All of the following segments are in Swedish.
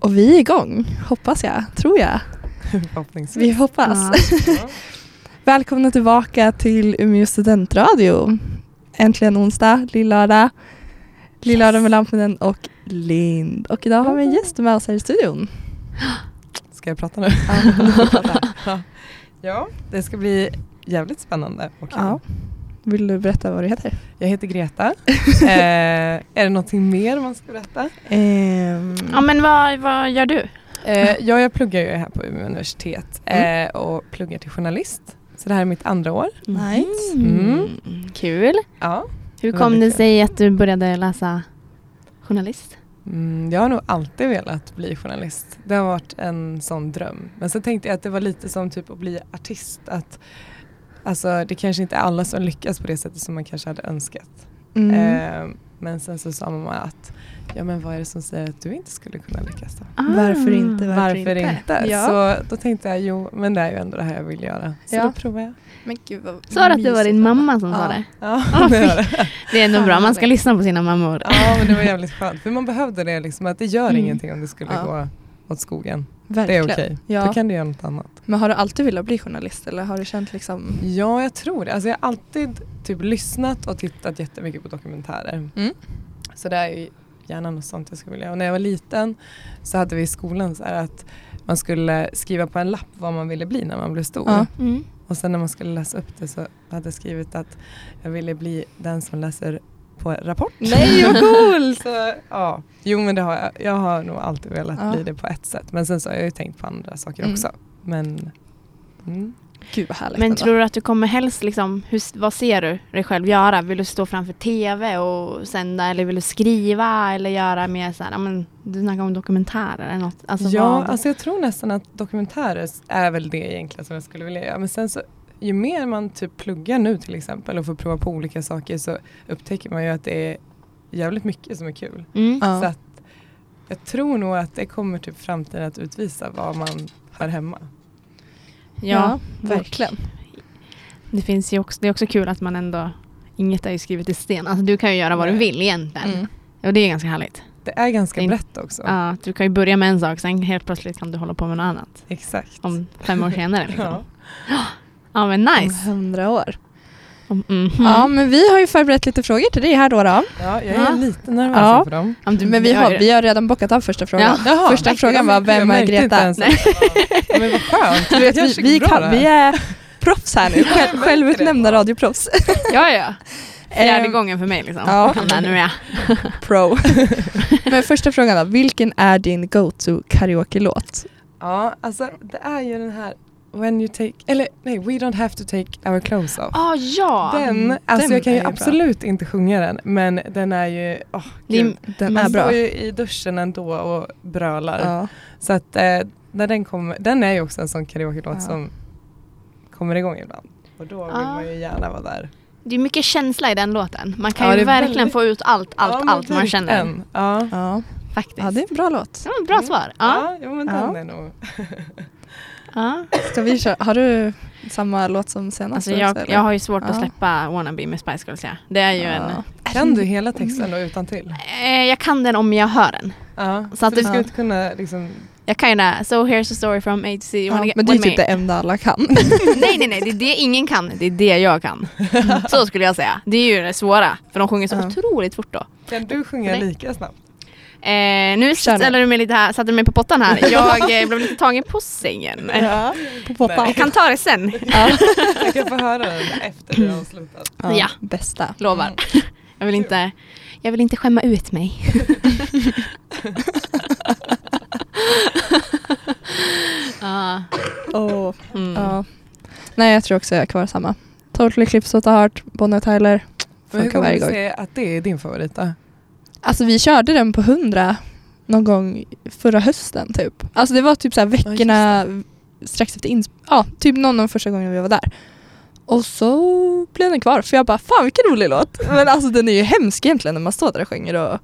Och vi är igång, hoppas jag, tror jag. Förhoppningsvis. Vi hoppas. Ja. Välkomna tillbaka till Umeå studentradio. Äntligen onsdag, lillördag. Lillördag med Lampinen och Lind. Och idag har vi en gäst med oss här i studion. Ska jag prata nu? Ja. ja, det ska bli jävligt spännande. och kul. Ja. Vill du berätta vad du heter? Jag heter Greta. eh, är det någonting mer man ska berätta? Ehm, Ja men vad, vad gör du? Eh, ja, jag pluggar ju här på Umeå universitet eh, och pluggar till journalist. Så det här är mitt andra år. Nice. Mm. Kul. Ja. Hur kom det Väldigt sig att du började läsa journalist? Mm, jag har nog alltid velat bli journalist. Det har varit en sån dröm. Men så tänkte jag att det var lite som typ att bli artist. Att, alltså, det kanske inte är alla som lyckas på det sättet som man kanske hade önskat. Mm. Eh, men sen så sa mamma att ja men vad är det som säger att du inte skulle kunna lyckas Ah. då? Varför inte? Varför, inte? Ja. Så då tänkte jag jo men det är ju ändå det här jag vill göra. Så Ja. då provar jag. Men gud vad Sa du att det var din mysigt ändå. mamma som sa det? Ja, Ah, det var fy. det. Det är nog Fan, bra, vad man ska härligt. lyssna på sina mammor. ja men det var jävligt skönt för man behövde det liksom att det gör Mm. ingenting om det skulle Ja. gå åt skogen. Det är Verkligen. okej. Ja. Då kan du göra något annat. Men har du alltid velat bli journalist eller har du känt liksom... Ja, jag tror det. Alltså jag har alltid typ lyssnat och tittat jättemycket på dokumentärer. Mm. Så det är ju gärna något sånt jag skulle vilja. Och när jag var liten så hade vi i skolan så här att man skulle skriva på en lapp vad man ville bli när man blev stor. Ja. Mm. Och sen när man skulle läsa upp det så hade jag skrivit att jag ville bli den som läser på Rapport. Nej vad coolt! Så, ja. Jo men det har jag. Jag har nog alltid velat Ja. bli det på ett sätt. Men sen så har jag ju tänkt på andra saker Mm. också. Men mm. Gud vad härligt Men ändå. tror du att du kommer helst, liksom, hur, vad ser du dig själv göra? Vill du stå framför TV och sända eller vill du skriva eller göra mer så här, ja, men, du snackar om dokumentärer eller något. Alltså, ja, vad, alltså jag tror nästan att dokumentärer är väl det egentligen som jag skulle vilja göra. Men sen så ju mer man typ pluggar nu till exempel och får prova på olika saker så upptäcker man ju att det är jävligt mycket som är kul. mm. Ja. Så att jag tror nog att det kommer typ framtiden att utvisa var man hör hemma. ja. verkligen. Det, finns ju också, det är också kul att man ändå, inget är ju skrivet i sten. Alltså, du kan ju göra vad du Nej. vill egentligen. Mm. Och det är ganska härligt. Det är ganska In- brett också. Mm. Ja, du kan ju börja med en sak, sen helt plötsligt kan du hålla på med något annat. Exakt. Om fem år senare liksom. Ja. ja. men nice. Om hundra år. Om, mhm. Ja men vi har ju förberett lite frågor till dig här då. då. ja, jag är Ja. lite nervös Ja. för dem. Om du- Men vi gör har, det. vi har redan bockat av första frågan. Jaha, första verkligen. frågan var, Jag vem är märkte inte Greta? ens att det var- Men vad skönt. Du vet, Jag vi, gick vi, bra kan, där. vi är proffs här nu, Själv, märker självutnämnda det. radioproffs. Ja, ja. Fjärde Ehm, gången för mig liksom. ja. Kom där, nu är jag. Pro. men första frågan då, vilken är din go-to karaoke-låt? Ja, alltså det är ju den här When you take, eller nej, We don't have to take our clothes off. Ah, ja! Den, mm, alltså den jag kan är ju bra. absolut inte sjunga den men den är ju, åh Det är- gud. Den Man är bra. står ju i duschen ändå och brölar. Ja. Så att eh, när den kommer, den är ju också en sån karaoke-låt Ja. som kommer igång ibland. Och då vill Ja. man ju gärna vara där. Det är mycket känsla i den låten. Man kan Ja, det ju är verkligen väldigt- få ut allt, Ja, allt, men allt man känner. verkligen. Ja. Ja. Faktiskt. ja, det är en bra låt. Det var ett bra svar. Ja. Ja, jo men Ja. den är nog. ja. Ska vi köra, har du samma låt som senast? Alltså, också, jag, eller? jag har ju svårt att Ja. släppa Wannabe med Spice Girls. Ja. Det är ju en... Ja. Kan du hela texten då utan till? Eh, jag kan den om jag hör den. Ja. Så, Så att du det- skulle inte kunna liksom, Jag kan ju den här, So here's a story from A to Z. You wanna Ja, get- men det är wanna typ det enda alla kan. Nej, nej, nej. Det är det ingen kan. Det är det jag kan. Så skulle jag säga. Det är ju det svåra. För de sjunger så Ja. otroligt fort då. kan du sjunga Nej. lika snabbt? Eh, nu Kör nu. ställer du mig lite här, satte du mig på pottan här. Jag eh, blev lite tagen på sängen. Ja. På poppan. Jag kan ta det sen. Jag kan få höra den efter vi har slutat. Ja. Bästa. Lovar. Jag vill inte, jag vill inte skämma ut mig. Ja. Åh, Ah, mm. Ja. Nej, jag tror också jag är kvar samma. Totally Clips of the Heart, Bonnie och Tyler. Men hur Funkar kommer varje du gång. säga att det är din favorit då? Alltså vi körde den på 100 någon gång förra hösten typ. Alltså det var typ så här veckorna strax efter insp- Ja, typ någon av de första gångerna vi var där. Och så blev den kvar för jag bara fan vilken rolig låt. Men alltså den är ju hemsk egentligen när man står där och sjunger och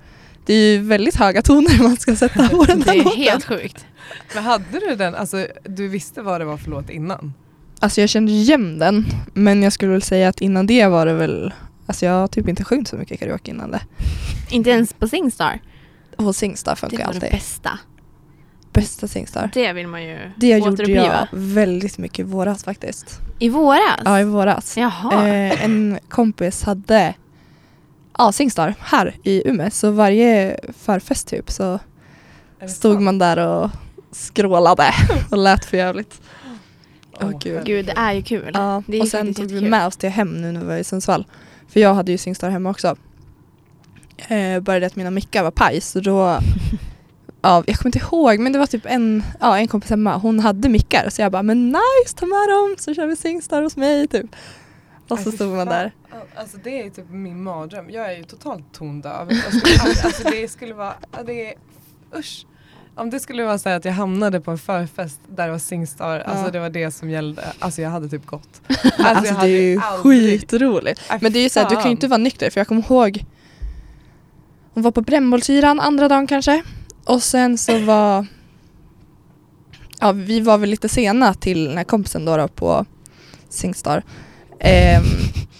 det är ju väldigt höga toner man ska sätta på den Det här är låten. helt sjukt. Men hade du den, alltså du visste vad det var för låt innan? Alltså jag kände igen den men jag skulle väl säga att innan det var det väl Alltså jag har typ inte sjungit så mycket karaoke innan det. Inte ens på Singstar. Och Singstar funkar Det var det alltid. bästa. bästa Singstar. Det vill man ju Det gjorde återuppliva. jag väldigt mycket i våras faktiskt. I våras? Ja, i våras. Alltså, Jaha. Eh, en kompis hade ja, Singstar här i Umeå så varje förfest typ så Är det stod sant? man där och skrålade och lät för jävligt. Åh, gud. Gud, det är ju kul. Ja, Det är och ju sen faktiskt tog vi jättekul. med oss det hem nu när vi var i Sundsvall. För jag hade ju Singstar hemma också. Eh, bara det att mina mickar var paj så då Ja, jag kommer inte ihåg men det var typ en, ja, en kompis hemma, hon hade mickar så jag bara men nice ta med dem så kör vi Singstar hos mig typ. Och Aj, så fy stod man fan. där. Alltså det är typ min mardröm. Jag är ju totalt tondöv. Jag skulle aldrig- Alltså det skulle vara, ja, det är, usch. Om det skulle vara så här att jag hamnade på en förfest där det var Singstar, alltså det var det som gällde. Alltså jag hade typ gått. Alltså, jag Alltså det hade är ju aldrig- skitroligt. Aj, Men det är ju såhär, du kan ju fan. inte vara nykter för jag kommer ihåg Hon var på brännbollsyran andra dagen kanske och sen så var Ja vi var väl lite sena till den här kompisen då, då på Singstar Ehm,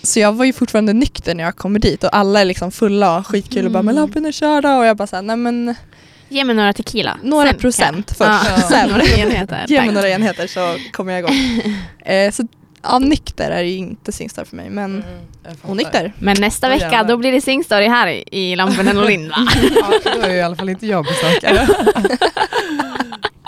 Så jag var ju fortfarande nykter när jag kommer dit och alla är liksom fulla och skitkul och bara Mm. men lappen är körd då." och jag bara såhär nej men Ge mig några tequila. några Sen kan- procent Ja, först sen några enheter. Ge mig Tack. några enheter så kommer jag igång eh, Så ja, nykter är ju inte Singstar för mig men Mm, jag fattar. onykter Men nästa Åh, vecka jävlar. då blir det Singstory här i- i Lamporna och Linda. Ja, då är i alla fall inte jag besökare.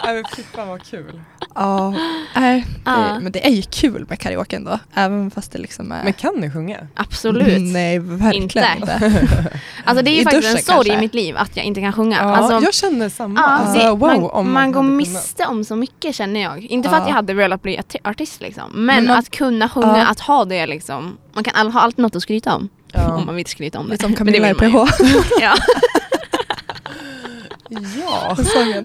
Nej men fy fan vad kul. Ja, nej, det, Ja. men det är ju kul med karaoke ändå. Även fast det liksom är... Mm, Men kan ni sjunga? Absolut. Nej, verkligen inte. Inte. Alltså det är ju I faktiskt en duschen sorg kanske. i mitt liv att jag inte kan sjunga. Ja, alltså, jag känner samma. ja, alltså, det, wow, man, om man går hade kunnat. miste om så mycket känner jag. Inte för Ja. att jag hade velat bli arti- artist liksom. Men, Men man- att kunna sjunga, Ja. att ha det liksom. Man kan all, ha alltid något att skryta om. Ja. Om man vill skryta om det. Som Men det Camilla i vill man PH. ju. Ja. Ja. Sången.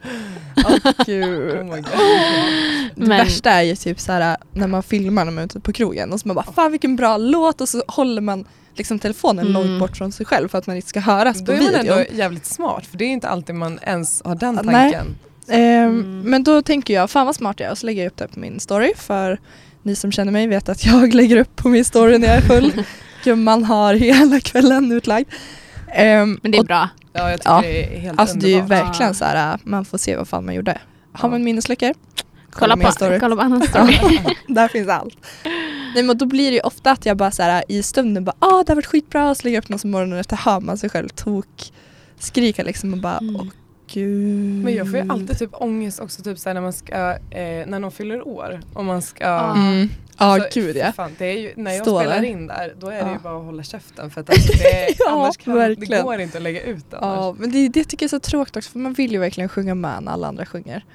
Åh, gud. Oh my God. Det Men- värsta är ju typ så här när man filmar när man är ute på krogen och så man bara fan vilken bra låt och så håller man liksom telefonen Mm. långt bort från sig själv för att man inte ska höras Då på är man videon. ändå jävligt smart för det är inte alltid man ens har den Ah, nej. tanken. Ehm, Mm. Men då tänker jag, fan vad smart jag är och så lägger jag upp det på min story för ni som känner mig vet att jag lägger upp på min story när jag är full. Gumman har hela kvällen utlagd. Ehm, Men det är och, bra. Ja, jag tycker Ja. det är helt alltså det är ju underbart. verkligen Ja. så här, äh, man får se vad fan man gjorde. Har Ja. man minnesluckor? Kolla, min på, story. kolla på annan story. Där finns allt. Nej men då blir det ju ofta att jag bara så här, i stunden bara ah det har varit skitbra och så lägger jag upp något som morgonen efter hör man sig själv tok skrika liksom och bara Mm. åh gud. Men jag får ju alltid typ ångest också typ såhär när man ska, eh, när någon fyller år och man ska Ja. Mm. Ja Alltså, gud ja. fy Fan, det är ju, när jag Stå spelar där. in där då är det Ja. ju bara att hålla käften för att alltså, det, är, Ja, annars kan, det verkligen. går inte att lägga ut annars. Ja, men det, det tycker jag är så tråkigt också för man vill ju verkligen sjunga med när alla andra sjunger.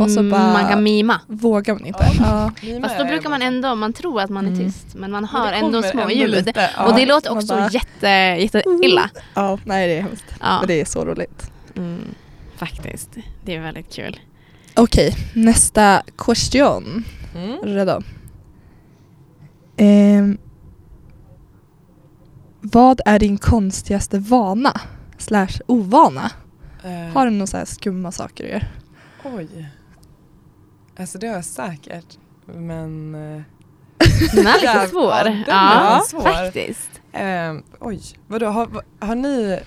Och så Mm, bara- Man kan mima. Vågar man inte. Ja. Ja. Mima Fast då är brukar man ändå- ändå, man tror att man är Mm. tyst men man Men hör det ändå kommer små ändå ljud. lite, Och det ja. låter Man också bara- jätte, jätte illa. ja, nej det är hemskt. Ja. Men det är så roligt. Mm, faktiskt. Det är väldigt kul. Okej, nästa question. Mm. Redo? Ehm, vad är din konstigaste vana? Slash ovana? Eh, Har du några så här skumma saker du gör? Oj. Alltså det har jag säkert. Men eh, Den är lite Jävlar, svår. den är Ja, svår. faktiskt. ehm, oj, vadå har, va- har ni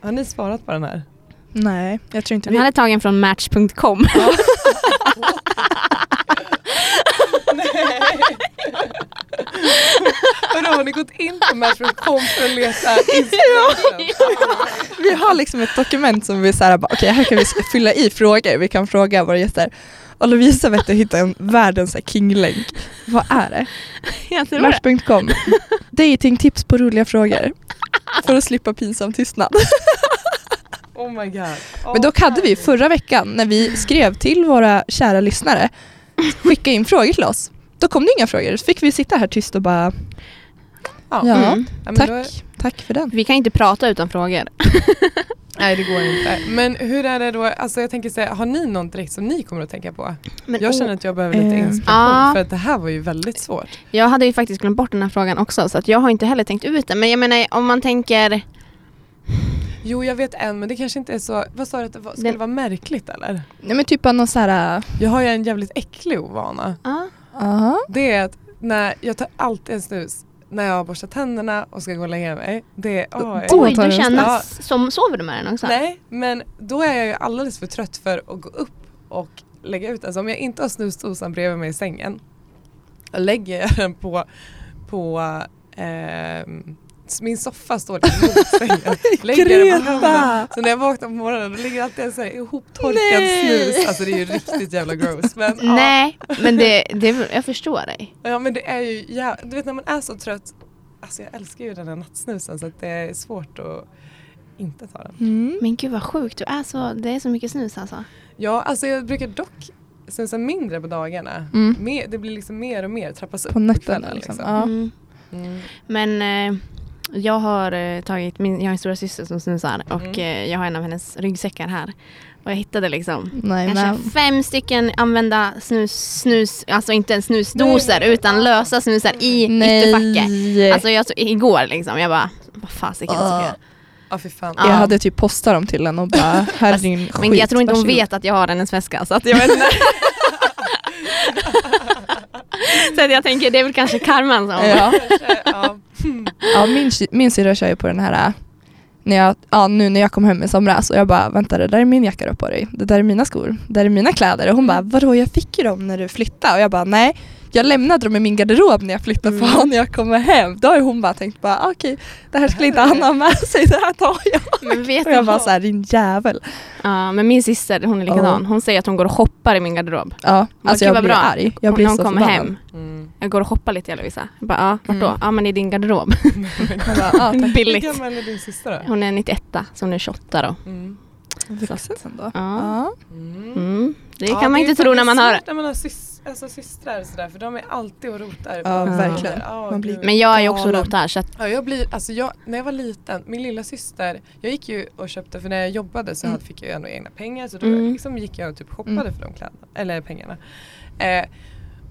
har ni svarat på den här? Nej, jag tror inte Den här är tagen från Match.com. Vadå har ni gått in på Match.com för att leta inspiration? Vi har liksom ett dokument som vi så här, bara, okej här kan vi fylla i frågor, vi kan fråga våra gäster. Och Lovisa vet du hittade en världens så här kinglänk. Vad är det? Jag tror det. Match.com. Datingtips på roliga frågor. För att slippa pinsam tystnad. Oh my god. Men dock hade vi förra veckan när vi skrev till våra kära lyssnare, skicka in frågor till oss. Då kom det inga frågor, så fick vi sitta här tyst och bara Ja. Ja. Mm. Ja, men tack, då är- tack för den. Vi kan inte prata utan frågor. nej det går inte. Men hur är det då, alltså jag tänker säga, har ni något direkt som ni kommer att tänka på? Men, Jag känner att jag behöver lite Eh. inspiration Ja. för att det här var ju väldigt svårt. Jag hade ju faktiskt glömt bort den här frågan också så att jag har inte heller tänkt ut den. Men jag menar om man tänker, Jo jag vet en men det kanske inte är så, vad sa du att det var, skulle Den- vara märkligt eller? Nej men typ bara någon så här, Jag har ju en jävligt äcklig ovana. ja, aha. Det är att när jag tar alltid en snus när jag har borstat tänderna och ska gå och lägga mig. Det är, åh, jag- Då oj tar du du en känner, snabb. som, sover du med den också? Nej men då är jag ju alldeles för trött för att gå upp och lägga ut den. Så om jag inte har snusdosan bredvid mig i sängen lägger jag den på, på ehm, s- min soffa står där mot sängen. Lägger den på handen. Så när jag vaknar på morgonen då ligger alltid en så här ihoptorkad Nej. snus. Alltså det är ju riktigt jävla gross. Men, ja. Nej, men det, det, jag förstår dig. Ja men det är ju jävla, du vet när man är så trött, alltså jag älskar ju den här nattsnusen så att det är svårt att inte ta den. Mm. Men gud vad sjukt, du är så, det är så mycket snus alltså. Ja alltså jag brukar dock snusa mindre på dagarna. Mm. Mer, det blir liksom mer och mer, trappas upp På nätterna kvällen, liksom. Ja. Mm. Mm. Men eh, jag har eh, tagit, min, jag har en stora syster som snusar och Mm. eh, jag har en av hennes ryggsäckar här. Och jag hittade liksom Nej men. kanske fem stycken använda snus, snus alltså inte ens snusdosor Nej. utan lösa snusar i ytterfacket. Nej. Alltså jag, så- igår liksom, jag bara, vad fasiken Ah. ska jag Ja fy fan. jag Ja. hade typ postat dem till henne och bara, här är Fast- din skit. Men jag tror inte hon varsågod. vet att jag har hennes väska så att jag vet inte. så att jag tänker det är väl kanske karman som... Ja. ja. Ja, min, min syrra kör ju på den här äh, när jag, ja, nu när jag kom hem i somras och jag bara vänta det där är min jacka du har på dig, det där är mina skor, det där är mina kläder och hon bara vadå jag fick ju dem när du flyttade och jag bara nej jag lämnade dem i min garderob när jag flyttade Mm. fan när jag kommer hem. Då har ju hon bara tänkt bara "Ah, okej det här skulle inte Anna ha med sig, det här tar jag. Men vet Och jag bara såhär din jävel. Ja, men min syster hon är likadan. Hon säger att hon går och shoppar i min garderob. Ja, alltså gud, jag vad blir bra. arg. Jag Hon- blir när hon så kommer förbannad. hem. Mm. Jag går och shoppar lite jag Lovisa. Jag bara, ja, vart då? Mm. Ja men i din garderob. Jag bara, ah, tack. Hur Billigt. gammal är din syster då? Hon är 91 så hon är 28 då. Mm. Vuxen ändå. Ja. Ja. Mm. Mm. Det Ja, kan man är inte tro när faktiskt man hör svårt när man har sys- alltså, systrar och sådär för de är alltid och rotar. Ja, verkligen. Ja, Man blir- gud. Men jag är ju också Galen. rotar så att, Ja, jag blir, alltså jag, när jag var liten, min lilla syster, jag gick ju och köpte, för när jag jobbade så Mm. hade- fick jag ju ändå egna pengar så då Mm. liksom gick jag och typ shoppade Mm. för de kläderna, eller pengarna. Eh,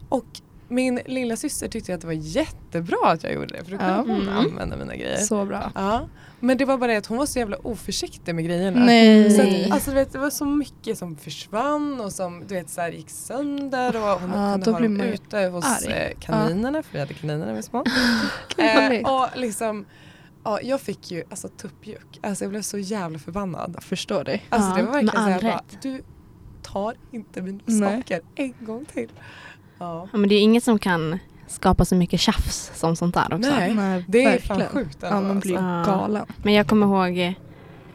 och min lilla syster tyckte att det var jättebra att jag gjorde det för då kunde Ja. hon Mm. använda mina grejer. Så bra. Ja. Men det var bara det att hon var så jävla oförsiktig med grejerna. Mm. Nej. Så Nej. att, alltså, du vet, det var så mycket som försvann och som du vet, så här, gick sönder och hon Ja, kunde Ah, då ha blir dem man ju ute hos arg. Ah. eh, kaninerna för vi hade kaniner när vi var små. härligt. eh, och liksom, ja, jag fick ju alltså, tuppjuck. Alltså, jag blev så jävla förbannad. jag förstår dig. Alltså, Ja, det var med verkligen så här, all bara, rätt. du tar inte mina Nej. saker en gång till. Ja. ja, men det är inget som kan skapa så mycket tjafs som sånt där också. Nej. Nej, Det är verkligen. fan sjukt. Ja, man blir alltså. galen. Men jag kommer ihåg eh,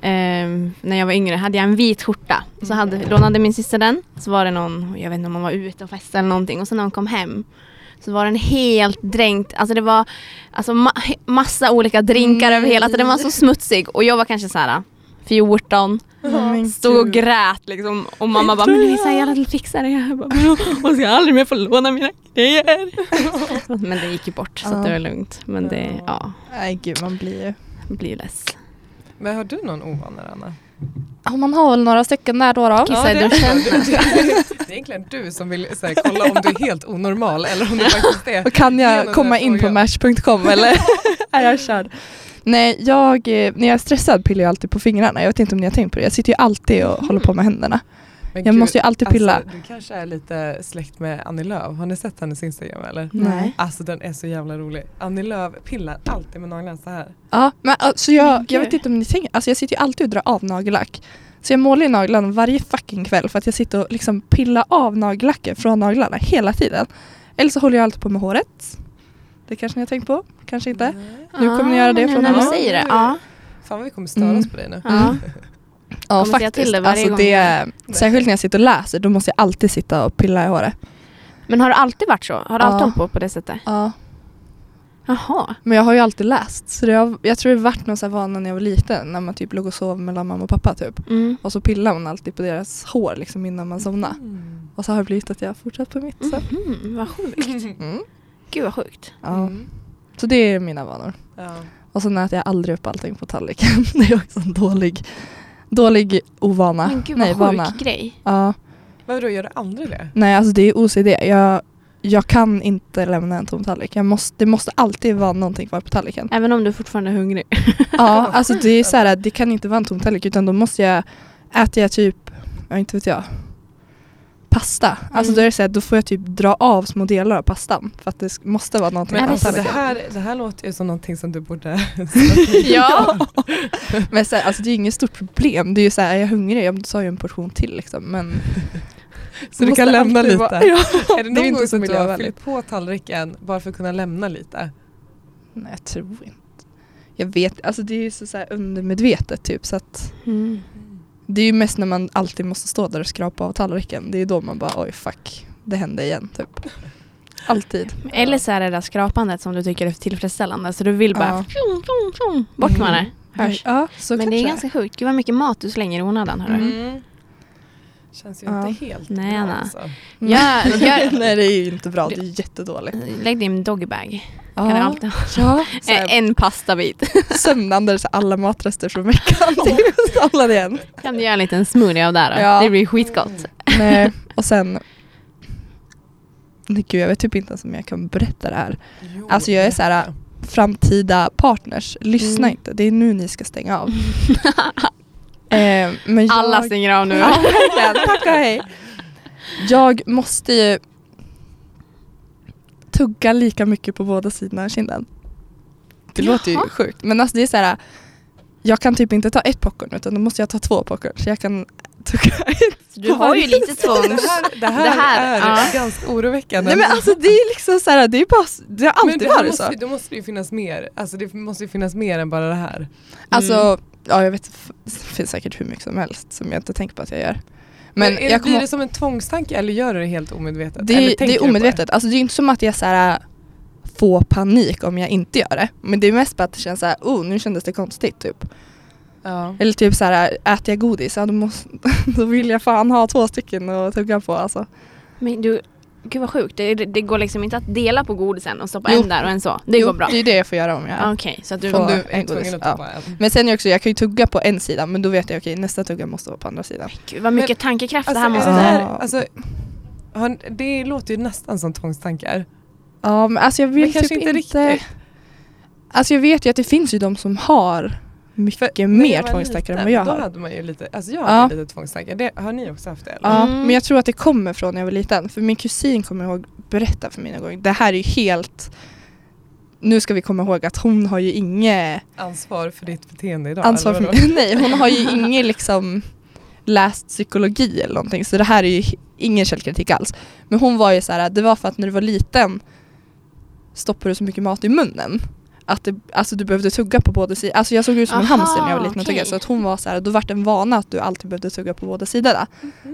ehm, när jag var yngre hade jag en vit skjorta. Så Mm. hade, lånade min syster den. Så var det någon, jag vet inte om hon var ute och festade eller någonting. Och sen när hon kom hem så var den helt dränkt. Alltså det var alltså, ma- he- massa olika drinkar Nej. över hela. Alltså den Mm. var så smutsig. Och jag var kanske så här 14. Ja, men Stod och gud. grät liksom. Och mamma bara, men Lisa jag fixar det. Jag bara, "Men hon ska aldrig mer få låna mina grejer. Men det gick ju bort så Ja. att det var lugnt. Men det, Ja. ja, Nej gud man blir ju. blir ju less. Men har du någon ovana Anna? Ja, man har väl några stycken där då. då. Kissa i det, är duschen. du, det är egentligen du som vill så här, kolla om du är helt onormal eller om du faktiskt är Och kan Genom jag den komma här in på frågan. match.com eller? är jag körd? Nej, jag, eh, när jag är stressad pillar jag alltid på fingrarna. Jag vet inte om ni har tänkt på det. Jag sitter ju alltid och håller på med händerna. Men Jag gud, måste ju alltid pilla. Alltså, du kanske är lite släkt med Annie Lööf. Har ni sett hennes Instagram eller? Nej. Alltså den är så jävla rolig. Annie Lööf pillar alltid med naglarna så här. Ja, men alltså jag, jag Gud. vet inte om ni tänker, alltså jag sitter ju alltid och drar av nagellack. Så jag målar ju naglarna varje fucking kväll för att jag sitter och liksom pillar av nagellacken från naglarna hela tiden. Eller så håller jag alltid på med håret. Det kanske ni har tänkt på? Kanske inte? Nu kommer ni göra det men från Ah, när du nu. säger det. Ah, Ja. Ja. Fan vad vi kommer störa Mm. oss på dig nu. ja. Ja Kommer säga faktiskt. till det varje alltså gång. det, särskilt när jag sitter och läser, då måste jag alltid sitta och pilla i håret. Men har det alltid varit så? Har du Ja. alltid hållit på på det sättet? Ja. Jaha. Men jag har ju alltid läst. Så det har, jag tror det varit någon sån här vana när jag var liten när man typ låg och sov mellan mamma och pappa typ. Mm. Och så pillade man alltid på deras hår liksom innan man somnade. Mm. Och så har det blivit att jag har fortsatt på mitt. Så. Mhm, vad sjukt. Mm. Gud vad sjukt. Ja. Mm. så det är mina vanor. Ja. Och sen äter jag aldrig upp allting på tallriken. det är också en dålig, dålig ovana. Men gud vad sjuk vana. grej. Ja. Vadå gör du aldrig det? Nej alltså det är OCD. Jag, jag kan inte lämna en tom tallrik. Jag måste, det måste alltid vara någonting kvar på tallriken. Även om du fortfarande är hungrig. Ja, alltså det är så här, det kan inte vara en tom tallrik utan då måste jag, äter jag typ, jag inte vet jag, pasta. Alltså Mm. då är det så här, då får jag typ dra av små delar av pastan för att det sk- måste vara någonting Men på alltså, det, tallriken. här, det här låter ju som någonting som du borde... ja. Men så här, alltså det är ju inget stort problem. Det är ju så här, är jag hungrig, ja, men då tar jag en portion till liksom. Men Så du Måste kan lämna alltid lite. vara- Är det någon nu inte gång så att vill du jag har vara fyllt på tallriken bara för att kunna lämna lite? Nej, jag tror inte. Jag vet, alltså det är ju så, så här undermedvetet typ så att Mm. det är ju mest när man alltid måste stå där och skrapa av tallriken. Det är ju då man bara oj fuck, det hände igen typ. Alltid. Eller så är det det där skrapandet som du tycker är tillfredsställande så du vill bara Ja. fjong, fjong, fjong, bort med det. Hörs. Ja, så Mm. Men det kanske. är ganska sjukt. Gud vad mycket mat du slänger i onödan. hörru. Mm. Känns ju Ja. inte helt Nej, bra Anna. alltså. Ja, gör- Nej det är ju inte bra, det är jättedåligt. Lägg din doggybag. Mm. Ja, Kan du alltid ha. ja. Så här- Eh, En pastabit. sömnandes alla matrester från veckan. typ. Samlade igen. Kan du göra en liten smoothie av det här då? Ja. Det blir skitgott. Nej, och sen... Nej, Gud, jag vet typ inte ens om jag kan berätta det här. Jo, Alltså, jag är så här, jätte. Framtida partners, lyssna Mm. inte. Det är nu ni ska stänga av. eh, men jag, Alla stänger av nu. Ja, verkligen. Tack och hej. Jag måste ju tugga lika mycket på båda sidorna av kinden. Det låter ju Jaha. sjukt. Men alltså det är så här. Jag kan typ inte ta ett popcorn utan då måste jag ta två popcorn. Så jag kan tugga ett. Du har ju lite Det tvångs... här, det här, Det här, är ja. ganska oroväckande. Nej men alltså det är liksom så här. Det är bara, det har Men alltid det här varit så. måste, ju- Då måste det ju finnas mer. Alltså det måste ju finnas mer än bara det här. Mm. Alltså, ja jag vet. Det finns säkert hur mycket som helst som jag inte tänker på att jag gör. Men, är, jag blir kommer det som en tvångstanke eller gör du det helt omedvetet? Det, Eller är- det tänker du är på omedvetet. Alltså det är ju inte som att jag så här, äh, får panik om jag inte gör det. Men det är mest bara att det känns så här, oh nu kändes det konstigt typ. Ja. Eller typ så här, äter jag godis, ja, då, måste, då vill jag fan ha två stycken att tugga på alltså. Men du, gud vad sjukt. Det, det går liksom inte att dela på godisen och stoppa Jo. en där och en så. Det Jo, går bra. Ah, Det är ju det jag får göra om jag Okej, så att du... Får- Om du en är godis, tvungen att ja. ta bara en. Men sen är det också, jag kan ju tugga på en sida men då vet jag okej nästa tugga måste vara på andra sidan. Gud, vad mycket tankekraft det Alltså, är här måste... det, här, Ja. alltså, har- det låter ju nästan som tvångstankar. Ja men alltså jag vill Men typ kanske inte, inte riktigt. Alltså jag vet ju att det finns ju de som har mycket när jag mer var tvångstankar än vad liten, jag Då har. hade man ju lite, alltså jag Ja. hade lite tvångstankar. Det, har ni också haft det? eller? Ja, Mm. men jag tror att det kommer från när jag var liten. För min kusin kommer ihåg berätta för mig någon gång. Det här är ju helt... Nu ska vi komma ihåg att hon har ju inget Ansvar för ditt beteende idag? ansvar för eller vadå? mig. Nej, hon har ju inget liksom läst psykologi eller någonting. Så det här är ju he- ingen källkritik alls. Men hon var ju så här, det var för att när du var liten stoppade du så mycket mat i munnen. Att det, alltså du behövde tugga på båda sidor. Alltså jag såg ut som en Aha, hamster när jag var liten och okej. tuggade. Så att hon var så här, då vart det en vana att du alltid behövde tugga på båda sidorna.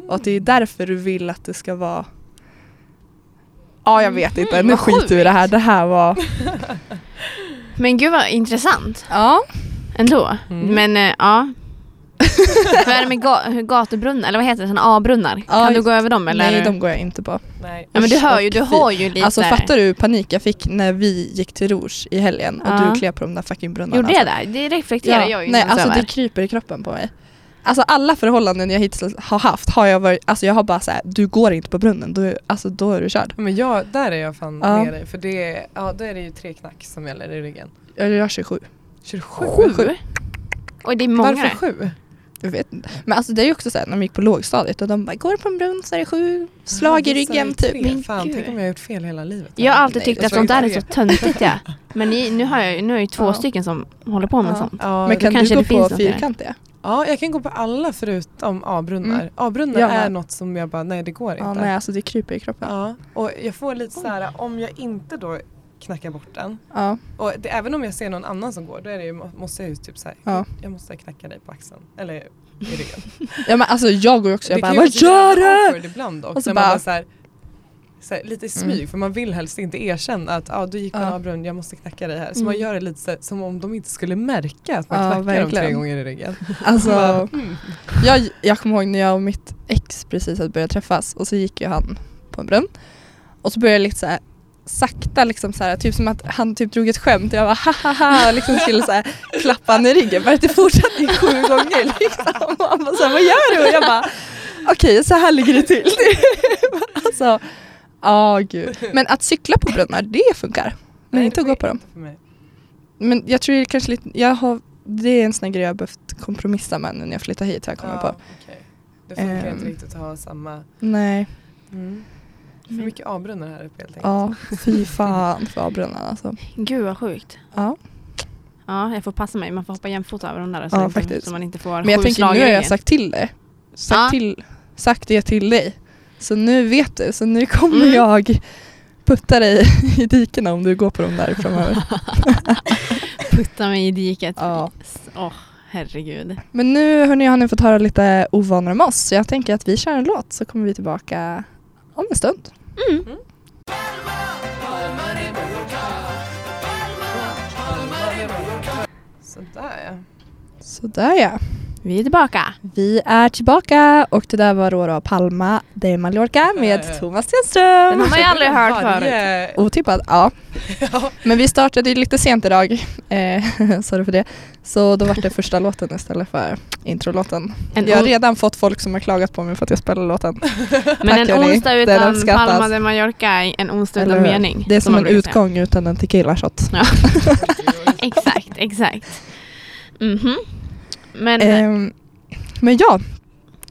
Och att det är därför du vill att det ska vara Ja jag vet inte, Mhm, nu vad skiter vi i det här. Det här var... Men gud vad intressant Ja. ändå. Mm. Men eh, ja. Vad är det med ga- gatubrunnar, eller vad heter det, såna A-brunnar? Ja, kan du just- gå över dem eller? Nej de går jag inte på. Nej. ja, men du hör ju, du Usch, har ju lite... Alltså fattar du hur panik jag fick när vi gick till Rouge i helgen och Ja. du klev på de där fucking brunnarna. Gjorde jag det? Det reflekterar jag ju alltså? Nej, inte alltså över. det kryper i kroppen på mig. Alltså alla förhållanden jag hittills har haft har jag varit, alltså jag har bara såhär, du går inte på brunnen, du, alltså då är du körd. Men jag, där är jag fan Ja. med dig. För det, är- ja, då är det ju tre knack som gäller i ryggen. Eller jag är 27, 27? Sju? Mm. Oj, det är många. Varför sju? jag vet inte. Men alltså det är ju också såhär när de gick på lågstadiet och de bara, går du på en brunn så är det sju slag i Ja, det sa ryggen ju typ. tre. Men Fan, gud. tänk om jag har gjort fel hela livet. Jag har alltid Nej, tyckt det att tror jag sånt där är inte. så töntigt ja. Men ni, nu, har jag, nu är jag ju två Ja. stycken som håller på med Ja. sånt. Ja, Men kan kanske du det finns gå på något i det. fyrkantiga? ja, jag kan gå på alla förutom A-brunnar. Mm. A-brunnar Jag med. är något som jag bara, nej det går inte. Ja nej alltså det kryper i kroppen. Ja, och jag får lite så här, om jag inte då knackar bort den. Ja. Och det, även om jag ser någon annan som går, då är det ju, må- måste jag ju typ så här, Ja. jag måste knacka dig på axeln. Eller i ryggen. ja men alltså jag går ju också, jag Det bara, kan ju vad också bli gör du? awkward Ibland dock, Och så när man bara- Mm. bara så här, så här, lite i smyg för man vill helst inte erkänna att ah, du gick på en Ja. avbrunn, jag måste knacka dig här. Så Mm. man gör det lite så här, som om de inte skulle märka att man Ja, knackar dem tre verkligen. gånger i ryggen. Alltså, Mm. jag, jag kommer ihåg när jag och mitt ex precis hade börjat träffas och så gick ju han på en brunn. Och så började jag lite så här, sakta liksom så här, typ som att han typ drog ett skämt och jag bara hahaha och liksom skulle så här, klappa han i ryggen. Bara att det fortsatte i sju gånger liksom. Och han bara så här, vad gör du? Och jag bara okej så här ligger det till. alltså, ja gud. Men att cykla på brunnar det funkar. Men Nej, inte det att gå på funkar dem. inte för mig. Men jag tror det är kanske lite, jag har, det är en sån här grej jag har behövt kompromissa med nu när jag flyttade hit har jag kommit Ja, på. okej. Det funkar Ehm. inte riktigt att ha samma, Nej. för mycket avbrunnar här uppe helt enkelt. Mm. Ja, fy fan för avbrunnen alltså. Gud vad sjukt. Ja. Ja, jag får passa mig. Man får hoppa jämfota över de där. liksom, Ja, man inte- faktiskt. så man inte får Men jag sju tänker slag nu i har jag ryggen. sagt till dig. Sagt, Ja. till, sagt det till dig. Så nu vet du, så nu kommer Mm. jag putta dig i dikena om du går på dem där framöver. Putta mig i diket. Ja. S- Åh, herregud. Men nu hörni, har ni fått höra lite ovanor om oss så jag tänker att vi kör en låt så kommer vi tillbaka om en stund. Sådär ja. Sådär ja. Vi är tillbaka. Vi är tillbaka och det där var Rora och Palma de Mallorca Ja, med ja. Thomas Den Stenström. har man ju aldrig hört förut. Varje- Otippat, ja. Ja. Men vi startade ju lite sent idag, eh, sorry för det. Så då var det första låten istället för introlåten. En Jag har o- redan fått folk som har klagat på mig för att jag spelar låten. Men Tack, en hörni. onsdag Den utan uppskattas. Palma de Mallorca är en onsdag utan Eller hur? mening. Det är som man en brukar säga. utgång utan en tequila shot. Exakt, exakt. Mhm. Men Ehm, men ja,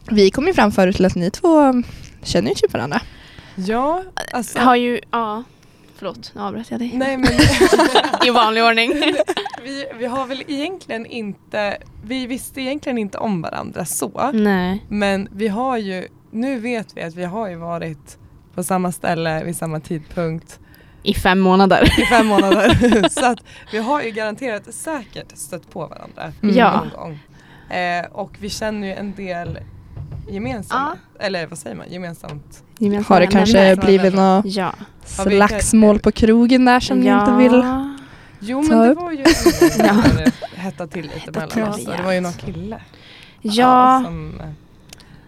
vi kom ju fram förut till att ni två känner ju typ varandra. ja, alltså. eh, har ju, ja. Förlåt, nu avbröt jag dig. Nej men I vanlig ordning. vi, vi har väl egentligen inte, vi visste egentligen inte om varandra så. Nej. Men vi har ju, nu vet vi att vi har ju varit på samma ställe vid samma tidpunkt I fem månader. i fem månader. så att vi har ju garanterat säkert stött på varandra Mm. Ja. någon gång. Eh, och vi känner ju en del gemensamma, eller vad säger man, gemensamt. Gemensamma Har det kanske nämnare. blivit något Ja. Har vi- slagsmål på krogen där som ja. ni inte vill? Jo Ta men det upp. var ju en Ja. gång där det hettade till lite till mellan oss. och Det rejält. var ju någon kille Ja. som eh,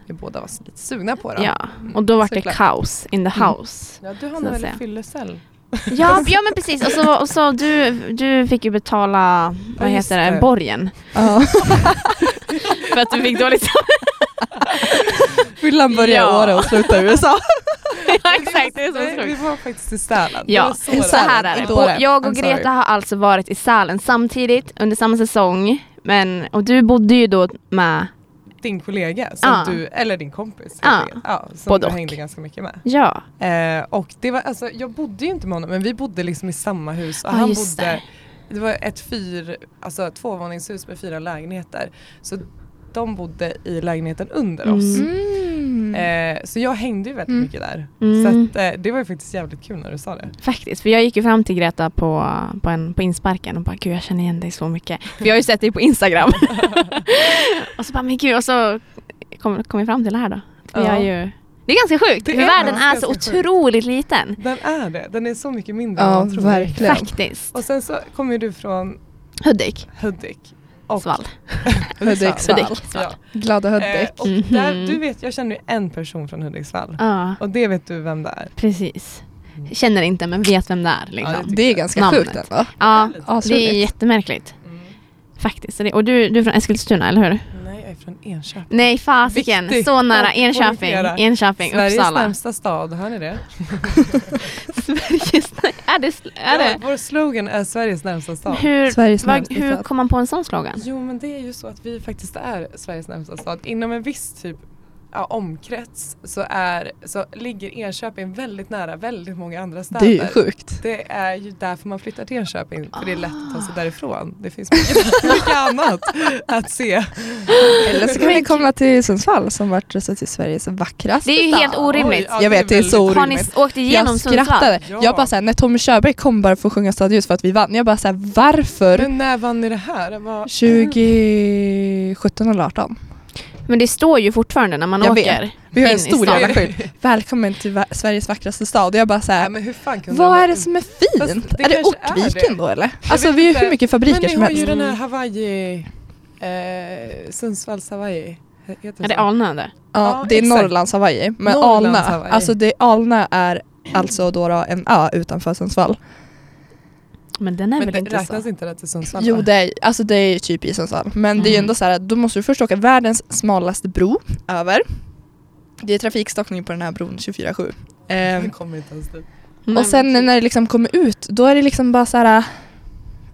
vi båda var lite sugna på. Då. Ja, och då var det Såklart. kaos in the Mm. house. Ja, du har Så nog att en säga. fyllecell. Ja, ja men precis. Och så, och så du, du fick ju betala, vad Ja, just heter det, det. borgen. Ja. För att du fick dåligt Fyllan börjar i Ja. Åre och slutar i USA. Ja, exakt, det är så Nej, vi sjukt. var faktiskt i Sälen. Det var Ja, så så här roligt. är det. Då är det. Bo- Jag I'm och sorry. Greta har alltså varit i Sälen samtidigt under samma säsong. Men, och du bodde ju då med, Din kollega, som Ja. du, eller din kompis, helt Ja. enkelt. ja, som Både du och. hängde ganska mycket med. ja, Eh, och det var, alltså, jag bodde ju inte med honom men vi bodde liksom i samma hus och Ja, han just bodde, det. det. var ett fyr, alltså, ett tvåvåningshus med fyra lägenheter. Så de bodde i lägenheten under oss. Mm. Eh, så jag hängde ju väldigt Mm. mycket där. Mm. Så att, eh, det var ju faktiskt jävligt kul när du sa det. faktiskt. För jag gick ju fram till Greta på, på, en, på insparken och bara gud jag känner igen dig så mycket. För jag har ju sett dig på Instagram. och så bara men gud och så kom, kom vi fram till det här då. Att Vi Ja. är ju, det är ganska sjukt Det för är världen är ganska så sjukt. otroligt liten. Den är det, den är så mycket mindre än Ja, man tror. verkligen. Faktiskt. Och sen så kommer ju du från Hudik. Hudik. Och Svall. Hudiksvall. Hudik. Svall. Ja. Glada Eh, Hudik. och där, Mhm. du vet, jag känner ju en person från Hudiksvall. Ja, Och det vet du vem det är. precis. Känner inte men vet vem det är. Liksom. Ja, Ja, det- Det är ganska Namnet. sjukt ändå. det är Asroligt. jättemärkligt. Mm. Faktiskt. Så det- Och du, du är från Eskilstuna, eller hur? Nej, jag är från Enköping. Nej, fasiken. Viktigt Så nära att Enköping, poängtera. Enköping, Sveriges Uppsala. närmsta stad, hör ni det? Sveriges Är det? sl- Är Ja, det? vår slogan är Sveriges närmsta stad. Hur, Sveriges vad, närmaste hur stad. kom man på en sån slogan? Jo, men det är ju så att vi faktiskt är Sveriges närmsta stad. Inom en viss typ ja, omkrets så, är, så ligger Enköping väldigt nära väldigt många andra städer. Det är sjukt. Det är ju därför man flyttar till Enköping, för det är lätt att ta Ah. sig därifrån. Det finns mycket, mycket annat att se. Eller så kan ni komma till Sundsvall som varit röstad till Sveriges vackraste Det är ju helt stad. orimligt. Oj, ja, Jag vet, det är väldigt- så Har ni orimligt. s- åkt igenom Jag Sundsvall? skrattade. Ja. Jag bara såhär, när Tommy Körberg kom bara för att sjunga Stadljus för att vi vann. Jag bara såhär, varför? Men när vann ni det här? Mm. Det var... 2017 eller 18. Men det står ju fortfarande när man Jag åker. Vi har en in i stor stan. jävla skylt. Välkommen till va- Sveriges vackraste stad. Och jag bara Ja, såhär, men hur fan kunde vad han- är det som är fint? Fast det är det kanske är Ortviken det. då eller? Alltså vet vi har ju inte. hur mycket fabriker som Men ni har ju helst. den här Hawaii, eh, Sundsvalls Hawaii. He- Heter Är det så? Alnö? Ja, Ja, det är exakt. Norrlands Hawaii. Men Norrlands Alnö, Hawaii. alltså det, Alnö är alltså då då en ö utanför Sundsvall. Men den är Men väl det inte så? räknas inte det Mm. till Sundsvall? Jo va? det är, alltså det är ju typ i Sundsvall. Men det är ju ändå så här att då måste du först åka världens smalaste bro över. Det är trafikstockning på den här bron 24-7. Ehm, Jag kommer inte ens dit. Nej, och sen men- när det liksom kommer ut då är det liksom bara så här.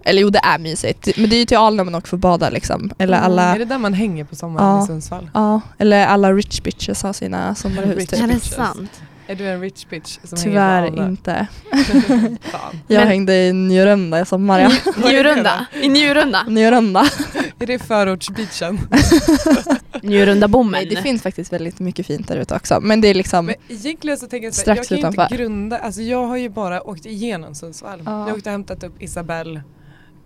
Eller jo det är mysigt men det är ju till Alnö man åker för att bada liksom. Eller Mm, Är alla, det där man hänger på sommaren Ja. i Sundsvall? ja, eller alla rich bitches har sina sommarhus Rich typ. Är det bitches. sant? Är du en rich bitch som hänger på Tyvärr Alnö? inte. Fan. Jag Men- hängde i Njurunda i sommar ja. Vad är det Njurunda? I Njurunda? Njurunda. Är det förortsbeachen? Njurunda bommen. Nej, det finns faktiskt väldigt mycket fint där ute också. Men det är liksom... Men egentligen så tänker jag så här, jag Strax kan ju inte utanför. grunda, alltså jag har ju bara åkt igenom Sundsvall. Ja. Jag åkte och hämtat upp Isabelle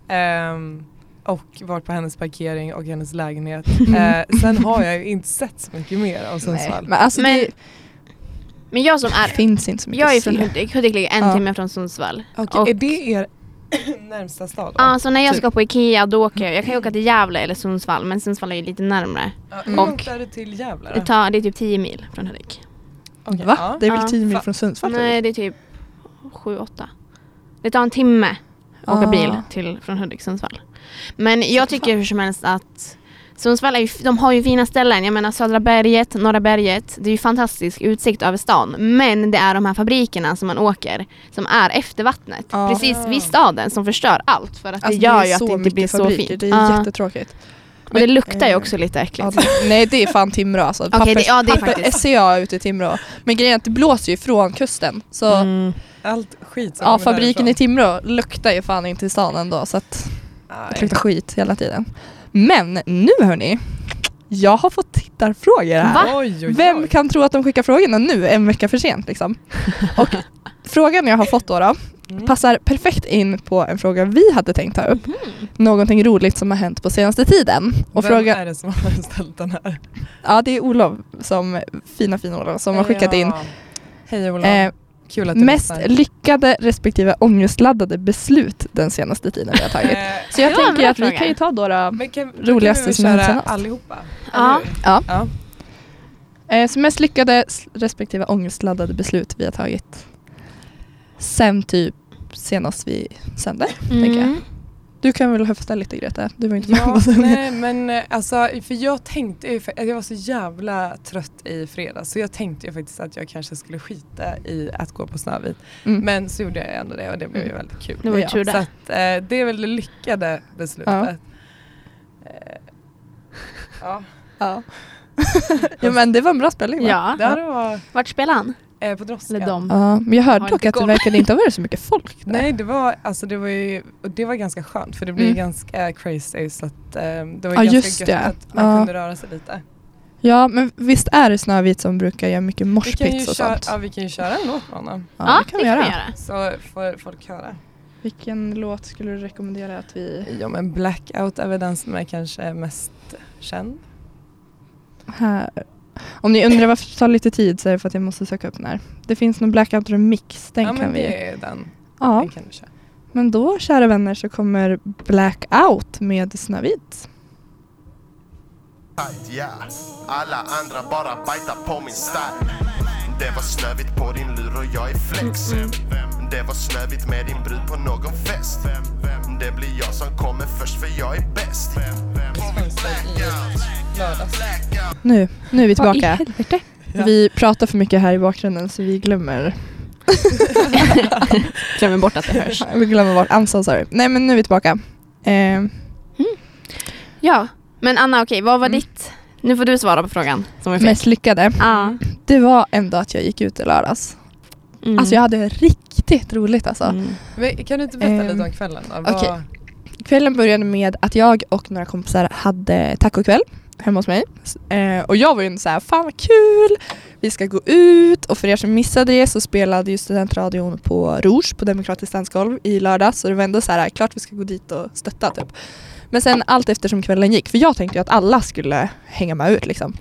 ehm, och varit på hennes parkering och hennes lägenhet. Eh, sen har jag ju inte sett så mycket mer av nej, Sundsvall. men alltså Men- det Men jag som är finns inte så mycket jag är att från se. Hudik, Hudik ligger en Ja. timme från Sundsvall. Okej, och- är det er närmsta stad? då? Ja, så när jag Typ. ska på Ikea då åker jag. Jag kan ju åka till Gävle eller Sundsvall men Sundsvall är ju lite närmre. Ja, Hur och- långt är det till Gävle? Det, tar, det är typ 10 mil från Hudik. Okej, Va? ja. Det är väl Ja. 10 mil Fan. från Sundsvall? Nej det är typ 7-8. Det tar en timme att åka Ah. bil till, från Hudik Sundsvall. Men jag tycker hur som helst att Sundsvall är ju, de har ju fina ställen. Jag menar Södra berget, Norra berget. Det är ju fantastisk utsikt över stan. Men det är de här fabrikerna som man åker som är efter vattnet. Ja. Precis vid staden som förstör allt. För att Alltså, det gör är ju att så det inte mycket blir så fabriker. fint. Det är Ja. jättetråkigt. Och det luktar ju eh, också lite äckligt. Ja, det- nej det är fan Timrå alltså. Okej, det- ja, det är faktiskt- SCA är ute i Timrå. Men grejen är att det blåser ju från kusten. Så Mm. Allt skit som Alltså, ja, kommer fabriken i därifrån. Timrå luktar ju fan inte i stan ändå. Så att det Nej. luktar skit hela tiden. Men nu hörni, jag har fått tittarfrågor här. Va? Oj, oj, oj. Vem kan tro att de skickar frågorna nu, en vecka för sent liksom? Och frågan jag har fått då, då Mm. passar perfekt in på en fråga vi hade tänkt ta upp. Mm. Någonting roligt som har hänt på senaste tiden. Och Vem frågan, är det som har ställt den här? ja det är Olof, som, fina fina Olof, som har skickat in Ja. Hej Ola. eh, Kul att du mest lyssnar. lyckade respektive ångestladdade beslut den senaste tiden vi har tagit. Eh, Så jag Det var en tänker bra att vi fråga. kan ju ta då. då. Men kan, då Roligaste kan vi som väl hänt köra senast. allihopa? Ja. eller hur? Ja. ja. Eh, så mest lyckade s- respektive ångestladdade beslut vi har tagit. Sen typ senast vi sände. tänker Mm. jag. Du kan väl höfta lite Greta, du var inte med Ja, på sängen. nej men eh, alltså för jag tänkte ju, för jag var så jävla trött i fredags så jag tänkte ju faktiskt att jag kanske skulle skita i att gå på Snövit. Mm. Men så gjorde jag ändå det och det blev ju väldigt kul. Det var ju Ja, tur Så det. att eh, det är väl det lyckade beslutet. Eh, Ja, Ja. ja men det var en bra spelning va? Ja. där var Vart spelar han? eh, på Eller Droskan. de? Ja, men jag hörde Har dock inte att det koll. verkade inte ha varit så mycket folk där. Nej det var, alltså det var ju, och det var ganska skönt för det blev Mm. ganska crazy så att eh, det var Ja, ju just ganska gött det. att man Ja. kunde röra sig lite. Ja men visst är det Snövit som brukar göra mycket Vi kan, ju morspits och köra, sånt? ja, vi kan ju köra en låt med honom Ja, så får folk höra. Vilken låt skulle du rekommendera att vi... Ja men Blackout är väl den som är kanske mest känd. Här. Om ni undrar varför det tar lite tid så är det för att jag måste söka upp den här. Det finns någon Blackout Remix, den ja kan men vi... det är den. Ja, den kan du köra. men då kära vänner så kommer Blackout med Snövit. tight, ja Alla andra bara bajtar på min style Det var snövigt på din lur och jag är flex Det var snövigt med din brud på någon fest Det blir jag som kommer först för jag är bäst Lördags. Nu, nu är vi Vad i tillbaka. helvete? Ja. Vi pratar för mycket här i bakgrunden så vi glömmer Glömmer bort att det hörs. Vi glömmer bort. I'm so sorry. Nej men nu är vi tillbaka. Eh, Ja, men Anna okej, vad var Mm. ditt? Nu får du svara på frågan som vi fick. mest lyckade. Ja. Det var ändå att jag gick ut i lördags. Mm. Alltså jag hade riktigt roligt alltså. Mm. Men kan du inte berätta Ehm, lite om kvällen då? okej. Kvällen började med att jag och några kompisar hade tacokväll hemma hos mig. Eh, och jag var ju så här, fan vad kul! Vi ska gå ut och för er som missade det så spelade ju studentradion på Rouge på Demokratiskt dansgolv i lördags så det var ändå så här, klart vi ska gå dit och stötta typ. Men sen allt eftersom kvällen gick, för jag tänkte ju att alla skulle hänga med ut liksom.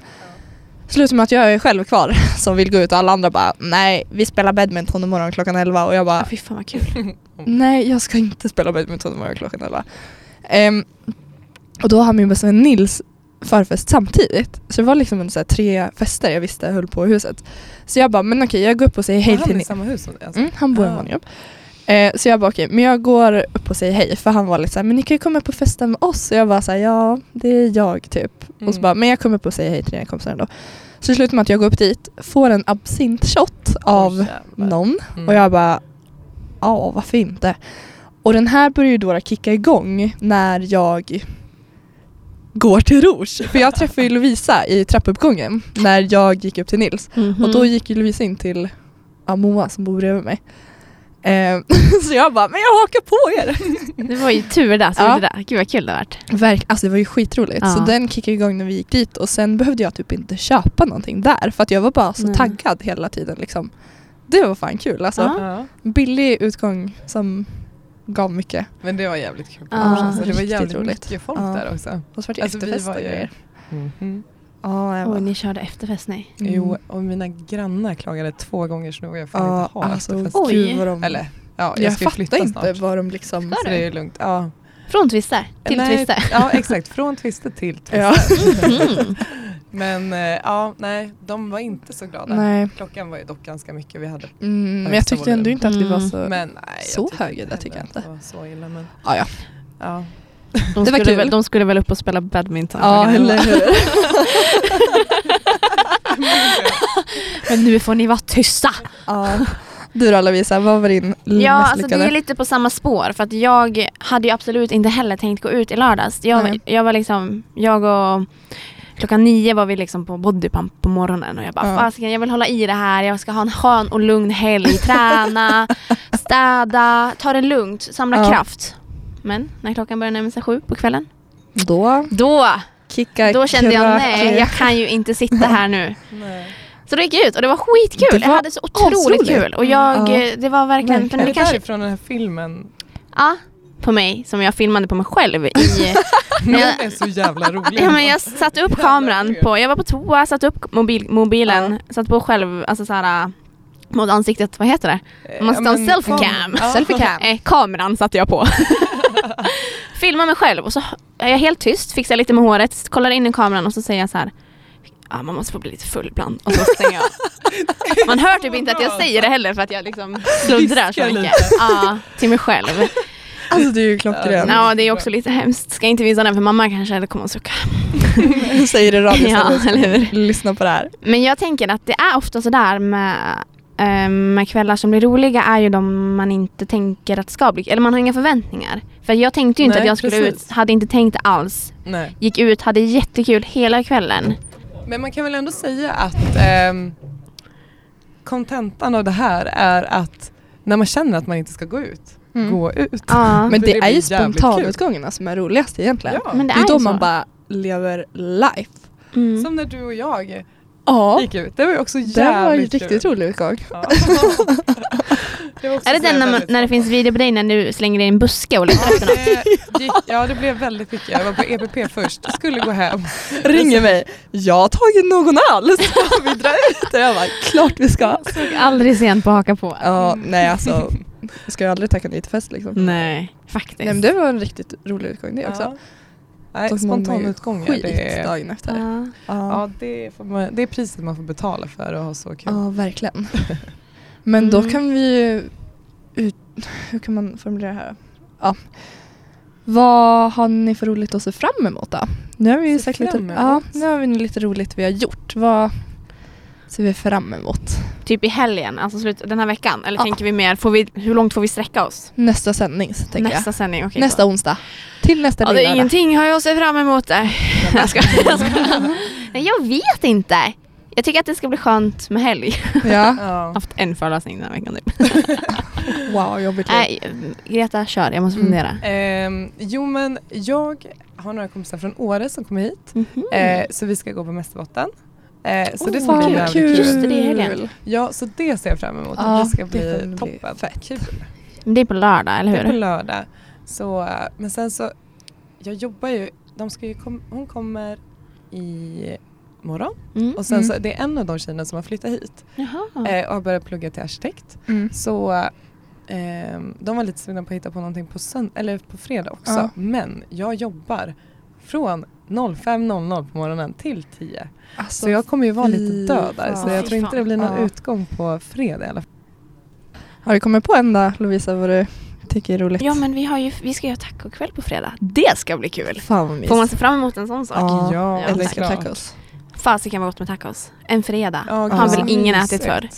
Slutar med att jag är själv kvar som vill gå ut och alla andra bara nej vi spelar badminton imorgon klockan 11 och jag bara Ja, fy fan vad kul. Mm, Nej, jag ska inte spela badminton imorgon klockan elva. Ehm, och då har min bästa vän Nils förfest samtidigt. Så det var liksom en, så här, tre fester jag visste höll på i huset. Så jag bara, men okej jag går upp och säger hej Hej till han i Nils. samma hus som dig alltså? Mm, han bor i Ah. Mantorp. Eh, så jag bara okej, men jag går upp och säger hej. För han var lite såhär, men ni kan ju komma på festen med oss. Och jag bara såhär, ja det är jag typ. Och så Mm. bara, men jag kommer upp och säger hej till dina kompisar ändå. Så det slutar med att jag går upp dit, får en absintshot av Oj, jävlar. någon. Mm. Och jag bara, ja varför inte? Och den här börjar ju då kicka igång när jag går till Rouge. För jag träffade ju Lovisa i trappuppgången när Mm-hmm. Mm. jag gick upp till Nils. Och då gick ju Lovisa in till Amoa som bor bredvid mig. Eh, så jag bara, men jag hakar på er. Det var ju tur det som Ja. gjorde det. Gud vad kul det vart. Verk, alltså det var ju skitroligt. Ja. Så den kickade igång när vi gick dit och sen behövde jag typ inte köpa någonting där för att jag var bara så Nej. taggad hela tiden. Liksom. Det var fan kul. Alltså, Ja. Ja. Billig utgång som gav mycket. Men det var jävligt kul. Ja, alltså, det var riktigt jävligt roligt. mycket folk Ja. Mm. där också. Och så vart det Alltså, vi efterfest var och ju- grejer. Mhm. Ja, jag var- Oj, ni körde efterfest, nej. Mm. Jo, och mina grannar klagade två gånger så nu vill jag fan Ja, inte ha alltså, efterfest. Oj. gud vad de... Eller ja, jag, jag ska ju flytta fattar inte snart. vad de liksom... Ska Så det är lugnt. Ja. Från Twiste till Nej, Twiste. Ja exakt, från Twiste till Twiste. Ja. Mm. Men eh, ja, nej, de var inte så glada. Nej, Klockan var ju dock ganska mycket vi hade. mm, men jag Högsta tyckte ändå volym. inte att vi var Mm. så... Men nej, så jag tycker hög, det heller tycker jag att Det var så illa men Ja, ja. ja. De, Det var skulle kul. väl, de skulle väl upp och spela badminton. Ja, eller hur? Men nu får ni vara tysta. ja. Du då Lovisa, vad var din Ja, mest alltså lyckade? vi är lite på samma spår för att jag hade ju absolut inte heller tänkt gå ut i lördags. Jag, Nej. jag var liksom, jag och klockan nio var vi liksom på bodypump på morgonen och jag bara Ja. fasiken jag vill hålla i det här, jag ska ha en skön och lugn helg, träna, städa, ta det lugnt, samla Ja. kraft. Men när klockan började närma sig sju på kvällen, Då då, kickade då kände jag nej, kröken. jag kan ju inte sitta här nu. Nej. Så då gick jag ut och det var skitkul, Det jag var hade så otroligt asroligt. kul och jag, Ja. eh, det var verkligen, för Verkligen. Är nu det kanske därifrån den här filmen? Ja, på mig som jag filmade på mig själv. I, Den när jag, är så jävla rolig. ja, men jag satte upp kameran, på, jag var på toa, satte upp mobil, mobilen, satte på själv, alltså såhär äh, mot ansiktet, vad heter det? Eh, Man måste ja, ha men- en selfie cam. Ja. Eh, kameran satte jag på. Filma mig själv och så är jag helt tyst, fixar lite med håret, kollar in i kameran och så säger jag så här. Ja, man måste få bli lite full ibland och så stänger jag. Man hör typ inte att jag säger det heller för att jag liksom sluddrar så Viskar mycket. lite. Ja, till mig själv. Alltså du är ju klockren. Ja. Ja, det är också lite hemskt. Ska inte visa den för mamma kanske, eller kommer hon sucka. Du säger det i radio Ja, så vi eller hur? Lyssna på det här. Men jag tänker att det är ofta sådär med, eh, med kvällar som blir roliga är ju de man inte tänker att ska bli, eller man har inga förväntningar. För jag tänkte ju inte Nej, att jag skulle precis. ut, hade inte tänkt alls. Nej. Gick ut, hade jättekul hela kvällen. Men man kan väl ändå säga att ehm, kontentan av det här är att när man känner att man inte ska gå ut, Mm. gå ut. Ja, Men Men det, det är ju blir jävligt spontanutgångarna som är roligast egentligen. Ja. men det, Det är är då ju man så. bara lever life. Mm. Som när du och jag Ja, gick ut. Det var ju också jävligt det var ju kul. riktigt rolig utgång. Ja. Det var också Är det så den när, man, väldigt när det finns video på dig när du slänger dig i en buske och letar efter något? Eh, gick, ja det blev väldigt mycket. Jag var på EPP först, skulle gå hem. Ringer mig, jag har tagit någon öl, ska vi dra ut? Och jag bara, klart vi ska. Aldrig sent på att haka på. Ja, nej alltså, ska jag aldrig tacka nej till fest liksom. Nej, faktiskt. Nej men det var en riktigt rolig utgång det också. Ja. Nej, Då får man ju spontanutgångar. Skit Det är, dagen efter. Ja, Ja. ja. ja, det, får man, det är priset man får betala för att ha så kul. verkligen. Men då Mm. kan vi ju, ut, hur kan man formulera det här? Ja. Vad har ni för roligt att se fram emot då? Nu har vi ju Se sagt lite, fram emot? ja, nu har vi nu lite roligt vi har gjort. Vad ser vi fram emot? Typ i helgen, alltså slut, den här veckan? Eller Ja. tänker vi mer, får vi, hur långt får vi sträcka oss? Nästa sändning så tänker Nästa sändning, okej. jag. Nästa onsdag. Till nästa ja, det är lördag. Ingenting har jag sett fram emot där. jag ska, jag, ska, Nej, jag vet inte. Jag tycker att det ska bli skönt med helg. Ja. Ja. haft en föreläsning den här veckan typ. Wow, jobbigt liv. Nej, Greta kör, jag måste Mm. fundera. Ehm, jo men jag har några kompisar från Åre som kommer hit. Mhm. Eh, så vi ska gå på Mästerbotten. Eh, så det Åh, ska vad bli jävligt kul. Just det, det är helgen. Ja, så det ser jag fram emot. Ja, det ska det bli kommer bli toppen. fett. Kul. Men Det är på lördag, eller Det är på hur? lördag. Så, eh, men sen så, jag jobbar ju, de ska ju kom, hon kommer i morgon Mm. och sen Mm. så, det är en av de tjejerna som har flyttat hit Jaha. eh, och har börjat plugga till arkitekt. Mm. Så eh, de var lite sugna på att hitta på någonting på, sönd- eller på fredag också. Ja. Men jag jobbar från 05.00 på morgonen till 10. Alltså, Så jag kommer ju vara fy lite död där fan. så jag Fy tror inte det blir någon Ja. utgång på fredag i alla fall. Har du kommit på en dag Lovisa vad du tycker är roligt? Ja men vi, har ju, vi ska göra tacokväll på fredag. Det ska bli kul! Fan vad mysigt. Får man se fram emot en sån sak? Ja, Ja, jag det är älskar klart. tacos. Fasiken vad gott med tacos. En fredag. Ja, Har gud, väl så ingen ätit mysigt. förr.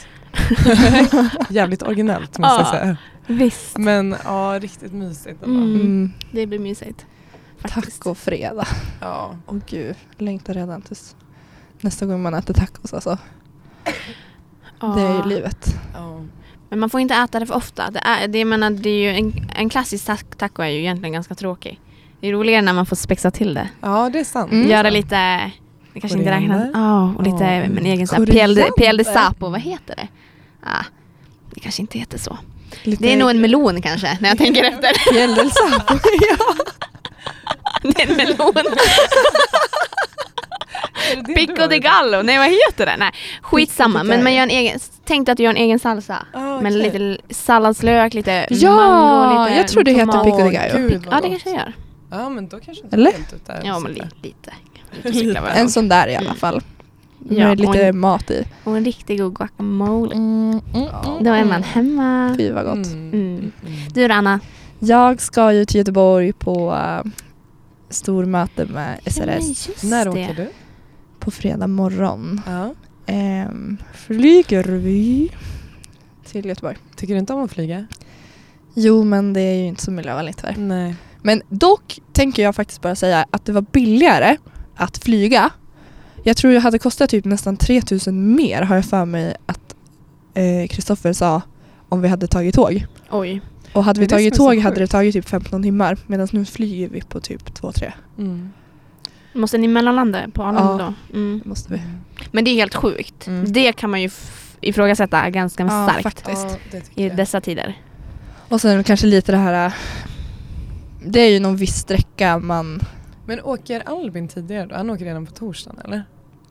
Jävligt originellt måste jag Ja. säga. Visst. Men ja, riktigt mysigt. ändå. Mm. Mm. Det blir mysigt. Faktiskt. Tacofredag. Ja. Åh gud, längtar redan tills nästa gång man äter tacos alltså. Ja. Det är ju livet. ja. Men Men man får inte äta det för ofta. Det är, det, jag menar, det är ju en, en klassisk ta- taco är ju egentligen ganska tråkig. Det är roligare när man får spexa till det. Ja, det är sant. Mm. Göra lite, det kanske inte Koriander. räknas, ja och lite Ja. med en egen så här Koriander. PL, PL de sapo, vad heter det? Ah, det kanske inte heter så. Lite- Det är nog en melon kanske, när jag tänker efter. Gälldelsaft. ja. det är en melon. Är det det du Pico har de gjort? gallo, nej vad heter det? Nej, skitsamma. Pico de Men man gör en egen, tänk dig att du gör en egen salsa. Ah, Med okej. lite salladslök, lite mango, Ja, lite jag tror det heter tomat. pico de Åh, gallo. Gud, vad Ja det gott. kanske jag gör. Ja, men då kanske inte Eller? helt ute och Ja men cyklar. lite. lite. Ut och cykla varje En gång. sån där i alla Mm. fall. Ja, Med lite och en- mat i. Och en riktig god guacamole. mm, Då är man hemma. Fy vad gott. Mm. Mm. Du då Anna? Jag ska ju till Göteborg på äh, stormöte med Ja, men SRS just När det. åker du? på fredag morgon. Ja. Ehm, flyger vi till Göteborg. Tycker du inte om att flyga? Jo, men det är ju inte så miljövänligt tyvärr. Nej. Men dock tänker jag faktiskt bara säga att det var billigare att flyga. Jag tror jag hade kostat typ nästan 3000 mer har jag för mig att eh, Kristoffer sa om vi hade tagit tåg. Oj. Och hade Det vi är det tagit som är så tåg hade det sjukt. tagit typ 15 timmar medan nu flyger vi på typ 2-3. Mm. Måste ni mellanlanda på Arlanda då? Mm. Det måste vi. Men det är helt sjukt. Mm. Det kan man ju f- ifrågasätta ganska Ja, starkt faktiskt. Ja, det tycker i jag. dessa tider. Och sen kanske lite det här äh, det är ju någon viss sträcka man... Men åker Albin tidigare då? Han åker redan på torsdagen eller?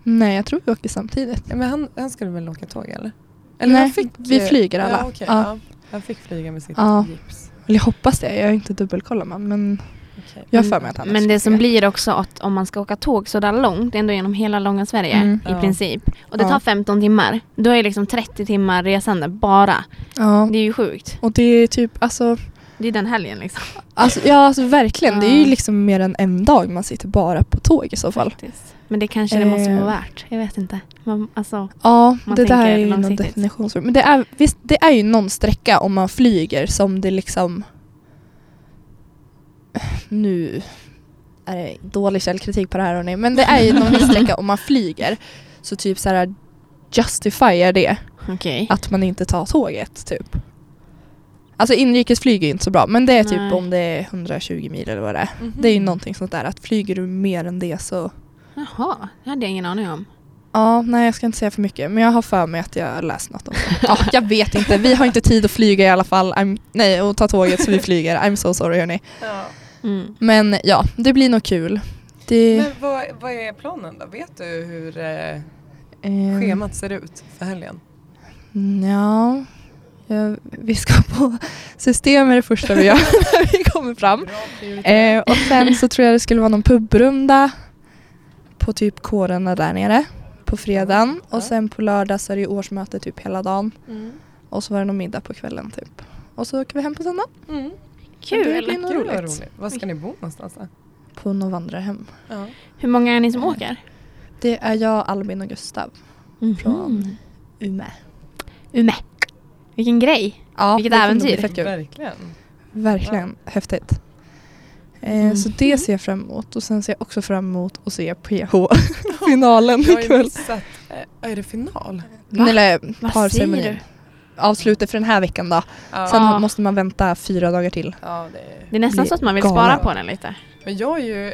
Nej, jag tror vi åker samtidigt. Ja, men han, han skulle väl åka tåg eller? Eller Nej, han fick, vi eh, flyger alla. Ja, okej, Ja. ja. Han fick flyga med sitt Ja. gips. Eller jag hoppas det, jag har inte dubbelkollat man, men Okej. jag har för mig att han Men det skulle som flyga. blir också att om man ska åka tåg sådär långt, ändå genom hela långa Sverige Mm. i Ja. princip. Och det Ja. tar 15 timmar. Då är det liksom 30 timmar resande bara. Ja. Det är ju sjukt. Och det är typ, alltså, Det är den helgen liksom. alltså ja alltså verkligen, det är ju Ja. liksom mer än en dag man sitter bara på tåg i så fall. Faktiskt. Men det kanske det måste Eh. vara värt. Jag vet inte. Man, alltså, Ja, Man det där tänker är ju någon långsiktigt. definitionsfråga. Men det är, visst, det är ju någon sträcka om man flyger som det liksom... Nu är det dålig källkritik på det här hörni, men det är ju någon viss sträcka om man flyger. Så typ så här justifierar det okej. att man inte tar tåget typ. Alltså inrikesflyg är ju inte så bra men det är typ Nej. om det är 120 mil eller vad det är. Mhm. Det är ju någonting sånt där att flyger du mer än det så Jaha, det hade jag ingen aning om. Ja, nej jag ska inte säga för mycket men jag har för mig att jag har läst något om det. Ja, jag vet inte, vi har inte tid att flyga i alla fall. I'm, nej, och ta tåget så vi flyger. I'm so sorry hörni. Ja. Mm. Men ja, det blir nog kul. Det, Men vad, vad är planen då? Vet du hur eh, eh, schemat ser ut för helgen? Mm, Ja, jag, vi ska på system är det första vi gör när vi kommer fram. Bra prioritering. Eh, och sen så tror jag det skulle vara någon pubrunda på typ kårerna där nere på fredagen. Ja. Och sen på lördag så är det ju årsmöte typ hela dagen. Mm. Och så var det någon middag på kvällen typ. Och så åker vi hem på söndag. Mm. Det blir Kul! nog Gud vad roligt. roligt. Var ska ni bo någonstans då? På något vandrarhem. Ja. Hur många är ni som åker? Det är jag, Albin och Gustav Mhm. från Umeå. Umeå. Vilken grej! Ja, Vilket det kommer nog äventyr. bli fett kul. Verkligen. Verkligen häftigt. Eh, Mm. Så det ser jag fram emot och sen ser jag också fram emot att se PH-finalen Jag har ju ikväll. missat, eh, är det final? Va? Eller eh, Vad säger parceremonin. du? Avslutet för den här veckan då. Ja. Sen Ja. måste man vänta fyra dagar till. Ja, det är... Det är nästan Det så att man vill galet. spara på den lite. Men jag är ju,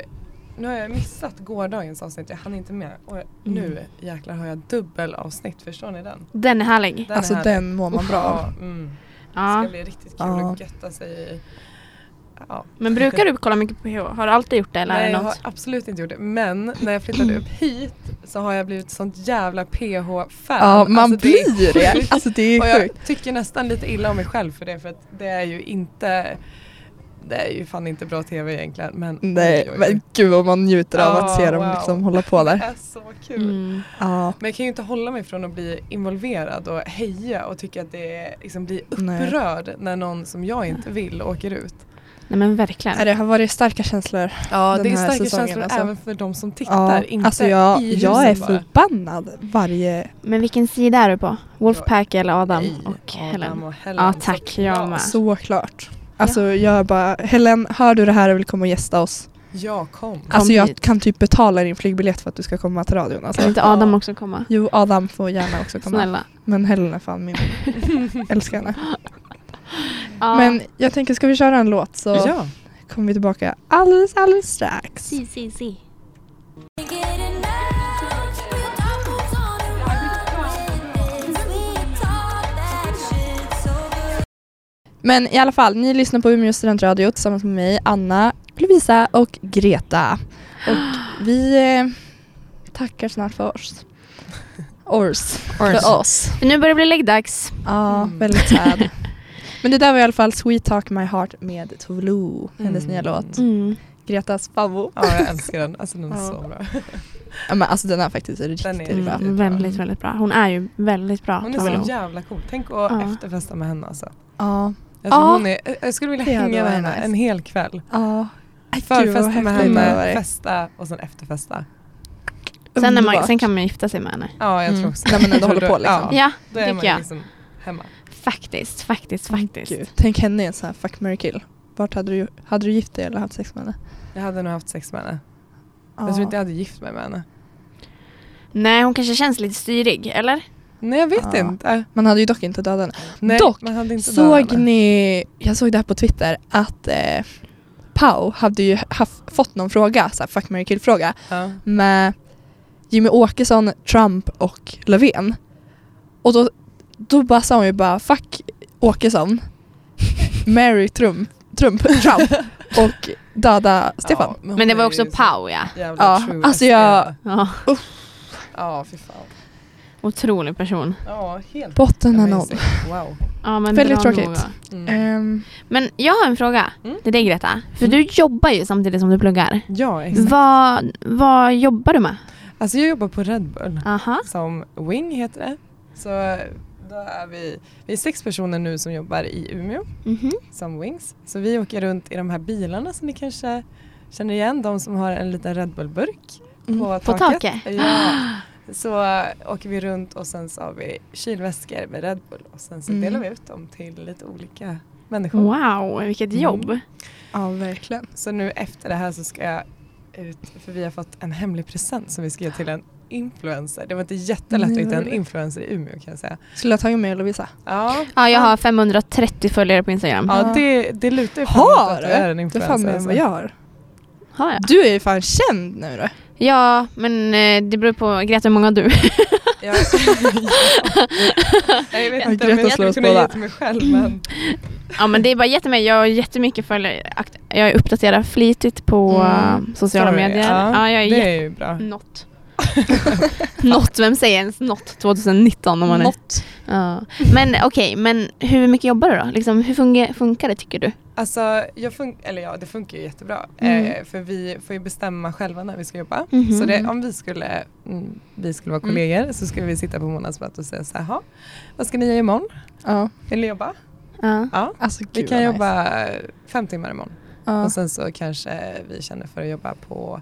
nu har jag missat gårdagens avsnitt, jag hann inte med. Och Mm. nu jäklar har jag dubbelavsnitt, förstår ni den? Den är härlig. den alltså är härlig. den mår man bra av. Ja, mm. Det Ja. ska bli riktigt kul Ja. att götta sig i. Ja. Men brukar du kolla mycket på PH? Har du alltid gjort det eller Nej, är jag det har något? absolut inte gjort det. Men när jag flyttade upp hit så har jag blivit sånt jävla PH-fan. Ja, man Alltså, det är blir det. sjukt. Alltså det är Och sjukt. jag tycker nästan lite illa om mig själv för det för att det är ju inte det är ju fan inte bra tv egentligen men Nej, Oj, oj, oj. men gud vad man njuter av att Ja, se dem wow. liksom hålla på det där. är Äh, så kul. Mm. Ja. Men jag kan ju inte hålla mig från att bli involverad och heja och tycka att det är, liksom blir Nej. upprörd när någon som jag inte vill åker ut. Nej men verkligen. Nej, Det har varit starka känslor Ja, Den det är här starka säsongen, känslor alltså. även för de som tittar, inte alltså jag, i jag är huset bara. förbannad varje... Men vilken sida är du på? Wolfpack eller Adam Nej, och Adam Helen? och Helen. Ja tack, jag med. Såklart. Alltså jag bara, Helen, hör du det här och vill komma och gästa oss? Jag kom. Alltså jag hit. kan typ betala din flygbiljett för att du ska komma till radion. Kan Alltså. inte Adam också komma? Jo, Adam får gärna också komma. Snälla. Men Helen är fan min. Älskar henne. Ja. Men jag tänker, ska vi köra en låt så Ja. kommer vi tillbaka alldeles, alldeles strax. Si, si, si. Men i alla fall, ni lyssnar på Umeå studentradio tillsammans med mig, Anna, Lovisa och Greta. Och vi eh, tackar snart för oss. Ors. För oss. Men nu börjar det bli läggdags. Ja, Mm. väldigt sad. Men det där var i alla fall Sweet Talk My Heart med Tove hennes Mm. nya låt. Mm. Gretas favvo. Ja, jag älskar den. Alltså den är Ja. så bra. Ja, men alltså den är faktiskt riktigt Den är bra. riktigt Mm, väldigt, väldigt bra. Hon är ju väldigt bra. Hon Tove är Lo. så jävla cool. Tänk att Ja. efterfesta med henne alltså. Ja. Jag, tror Ja. hon är, jag- jag skulle vilja Det hade hänga med varit henne nice. en hel kväll. ja. Ay, gud, vad Förfesta med häftigt det hade henne, varit. festa och sen efterfesta. sen, är man, Underbart. sen kan man gifta sig med henne. Ja, jag Mm. tror också När man ändå Jag tror håller på, då- Ja, liksom. Ja, då är man tycker ju jag. liksom hemma. Faktiskt, faktiskt, faktiskt. Gud. Tänk henne i en sån här fuck, marry, kill. Vart hade du, hade du gift dig eller haft sex med henne? Jag hade nog haft sex med henne. Ja. Jag tror inte jag hade gift mig med henne. Nej, hon kanske känns lite styrig, eller? Nej jag vet Ja. inte. Man hade ju dock inte dödat henne. Nej, Dock, man hade inte dödat Såg henne. ni, jag såg det här på Twitter, att eh, Pau hade ju haft, fått någon fråga, så här, fuck, marry, kill fråga. Ja. med Jimmy Åkesson, Trump och Löfven. Och då, då bara sa hon ju bara fuck Åkesson, Mary Trump, Trump, Trump och döda Stefan. Ja, Men det hon var är också ju så Pau, ja. jävla Ja, true alltså SD. jag- ja. Ja, fy fan. Otrolig person. Ja, helt Botten är nådd. amazing. Wow. Ja, men Väldigt bra tråkigt. nog. Mm. Ehm, Men jag har en fråga Mm. till dig Greta. För Mm. du jobbar ju samtidigt som du pluggar. Ja, exakt. Vad, vad jobbar du med? Alltså jag jobbar på Red Bull. Aha. som Wing heter det. Så eh, då är vi, vi är sex personer nu som jobbar i Umeå Mhm. som Wings. Så vi åker runt i de här bilarna som ni kanske känner igen, de som har en liten Red Bull-burk Mm, på, på taket. taket. Ja. Så eh, åker vi runt och sen så har vi kylväskor med Red Bull och sen så Mm. delar vi ut dem till lite olika människor. Wow, vilket Mm. jobb. ja, verkligen. Så nu efter det här så ska jag ut, för vi har fått en hemlig present som vi ska ge till en influencer. Det var inte jättelätt att hitta en Nej. influencer i Umeå kan jag säga. Skulle jag tagit med Lovisa? Ja, Ja, jag har 530 följare på Instagram. Ja, Ja. det, det lutar ju fan Har åt att du du? är en Det är fan influencer. mer än vad jag har. Har jag? Du är ju fan känd nu då. Ja, men eh, det beror på Greta hur många du Ja. Nej, jag vet Ja, inte om Greta slår jag skulle oss kunna ge båda. till mig själv men Ja men det är bara jättemycket, jag har jättemycket följare. Akt- Jag uppdaterar flitigt på Mm, eh, sociala sorry. medier. Ja, Ja, Eh, jag är det jätte... är ju bra. Något. något, vem säger ens något 2019 om man är... Något. Ja. Men okej, men hur mycket jobbar du då? Liksom, hur funge- funkar det tycker du? Alltså, jag fun- eller ja, det funkar ju jättebra Mm. eh, för vi får ju bestämma själva när vi ska jobba. Mhm. Så det, om vi skulle, mm, vi skulle vara Mm-hmm. Mm. kollegor så skulle vi sitta på månadsmöte och säga så här, "Jaha, vad ska ni göra imorgon? Ja, Vill ni jobba? Ja. Ja, alltså gud vi kan vad nice. jobba eh, fem timmar imorgon. Ja. Och sen så kanske vi känner för att jobba på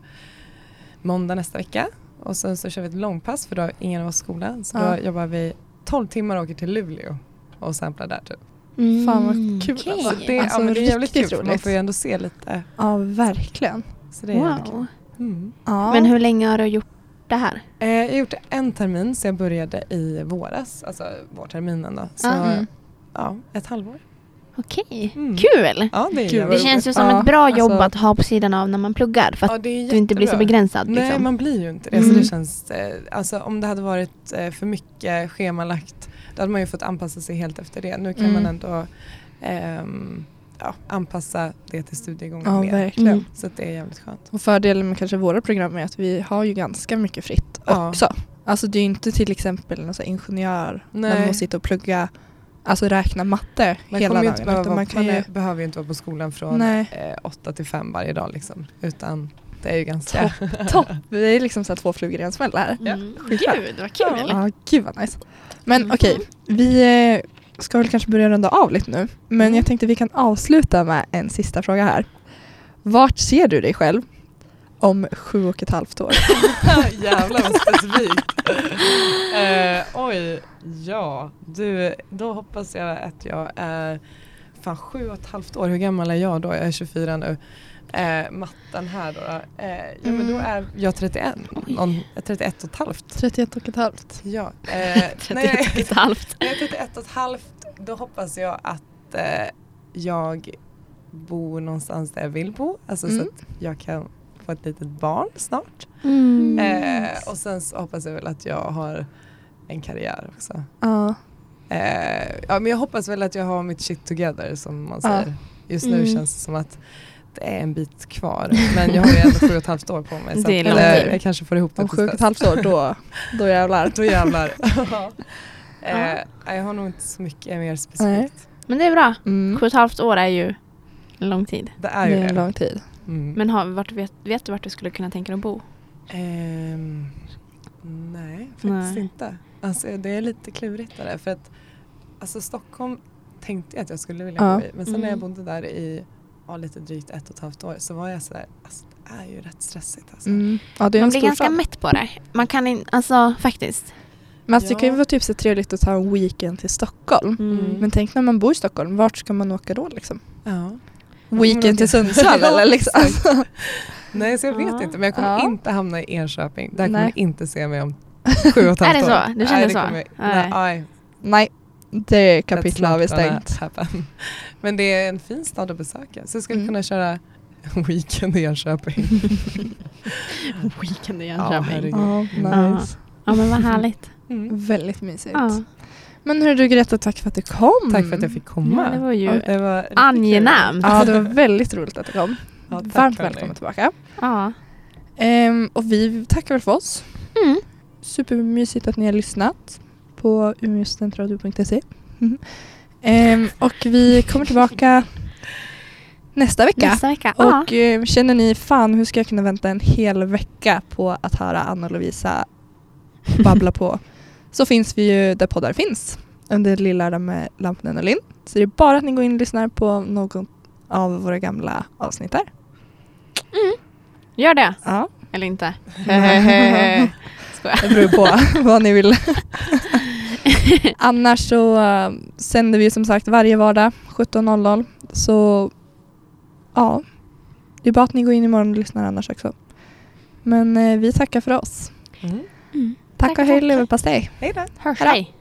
måndag nästa vecka. Och sen så kör vi ett långpass för då har ingen av oss skola. Så Ja. då jobbar vi 12 timmar och åker till Luleå och samplar där typ. Mm. Fan vad kul okej. alltså. Så det, Alltså, ja, men det är jävligt kul riktigt för man roligt. får ju ändå se lite. Ja, verkligen. Så det är jävligt kul. Wow. Mm. Ja. Men hur länge har du gjort det här? Eh, jag har gjort en termin så jag började i våras, alltså vårterminen då. Så Ah. Mm. ja, ett halvår. Okej, Mm. kul! Ja, det är Gud, jävligt Det vad roligt. känns ju som Ja, ett bra jobb alltså- att ha på sidan av när man pluggar för att ja, det är du inte blir så jättebra. begränsad. Liksom. Nej, man blir ju inte det. Så Mm. det känns, eh, alltså, om det hade varit eh, för mycket schemalagt då hade man ju fått anpassa sig helt efter det. Nu kan Mm. man ändå ehm, ja, anpassa det till studiegången Ja, mer. verkligen. Mm. Så att det är jävligt skönt. Och fördelen med kanske våra program är att vi har ju ganska mycket fritt Ja. också. Alltså det är ju inte till exempel någon så här ingenjör när man Nej. måste sitta och plugga, alltså räkna matte Man, hela kommer ju dagen. inte behöva, utan vara- man kan man ju är, behöver ju inte vara på skolan från Nej. eh, åtta till fem varje dag liksom. Utan det är ju ganska... topp, det är liksom så här två flugor i en smäll här. Mm. Skitbra. Gud, vad kul! Ja, gud vad nice. Men Mm. okej, vi eh, ska väl kanske börja runda av lite nu. Men jag tänkte vi kan avsluta med en sista fråga här. Vart ser du dig själv om sju och ett halvt år? Jävlar vad specifikt. Eh, oj, ja. Du, då hoppas jag att jag är fan sju och ett halvt år, hur gammal är jag då? Jag är 24 nu. Eh, matten här då. då. Eh, ja men då Mm. är jag 31, någon, 31 och ett halvt. 31 och ett halvt. Ja. Eh, nej, 31 och ett halvt. när jag är 31 och ett halvt då hoppas jag att eh, jag bor någonstans där jag vill bo. Alltså Mm. så att jag kan få ett litet barn snart. Mm. Mm. Eh, och sen så hoppas jag väl att jag har en karriär också. Ja. Eh, ja, men jag hoppas väl att jag har mitt shit together som man Ja. säger. Just nu Mm. känns det som att det är en bit kvar. Men jag har ju ändå sju och ett halvt år på mig. Så att, Det är lång eller, tid. jag kanske får ihop det Om till sju och ett dess. halvt år, då, då jävlar. Då jävlar. Ja. eh, jag har nog inte så mycket mer specifikt. Men det är bra. Mm. Sju och ett halvt år är ju en lång tid. Det Det är ju är det. en lång tid. Mm. Men har, vart, vet, vet du vart du skulle kunna tänka dig att bo? Ehm, nej, faktiskt Nej. inte. Alltså, det är lite klurigt det där. För att, alltså, Stockholm tänkte jag att jag skulle vilja Ja. bo i. Men sen när jag Mm. bodde där i ja, lite drygt ett och ett halvt år så var jag sådär, alltså, det är ju rätt stressigt. Alltså. Mm. Ja, det är Man en blir stor ganska stad. mätt på det. Man kan inte, alltså faktiskt. Men alltså, det kan ju Ja. vara typ så trevligt att ta en weekend till Stockholm. Mm. Men tänk när man bor i Stockholm, vart ska man åka då liksom? Ja. Weekend till Sundsvall Ja, eller liksom? Alltså, Nej, så jag vet Ja. inte. Men jag kommer Ja. inte hamna i Enköping. Där kommer Nej. ni inte se mig om sju och ett Är det halvt år. så? Du känner nej, det så? Kommer, nej. Nej. nej, nej, det That's kapitlet not har vi gonna stängt. happen. Men det är en fin stad att besöka. Så jag skulle Mm. kunna köra weekend i Enköping. Weekend i Ja, herregud. Ja, Ja. nice. Ja men vad härligt. Mm. Väldigt mysigt. Ja. Men hörru du Greta, tack för att du kom. Tack för att jag fick komma. Ja, det var ju det var riktigt kul. angenämt. Ja, det var väldigt roligt att du kom. Ja, tack, Varmt hörni. välkommen tillbaka. Ja. Ehm, och vi tackar väl för oss. Mm. Supermysigt att ni har lyssnat på umeåstudentradio.se. Mm. Ehm, och vi kommer tillbaka nästa vecka. Nästa vecka. Ja. Och eh, känner ni fan hur ska jag kunna vänta en hel vecka på att höra Anna och Lovisa babbla på så finns vi ju där poddar finns under Lillördag med Lampen och Linn. Så det är bara att ni går in och lyssnar på någon av våra gamla avsnitt där. Gör det. Ja, Eller inte. Nej. Skojar. det beror på vad ni vill. Annars så eh, sänder vi som sagt varje vardag 17.00 så ja, det är bara att ni går in imorgon och lyssnar annars också. Men eh, vi tackar för oss. Mm. Mm. Tack, Tack, och hej tack, leverpastej! Hej då. Hörs. Hej då. Hej.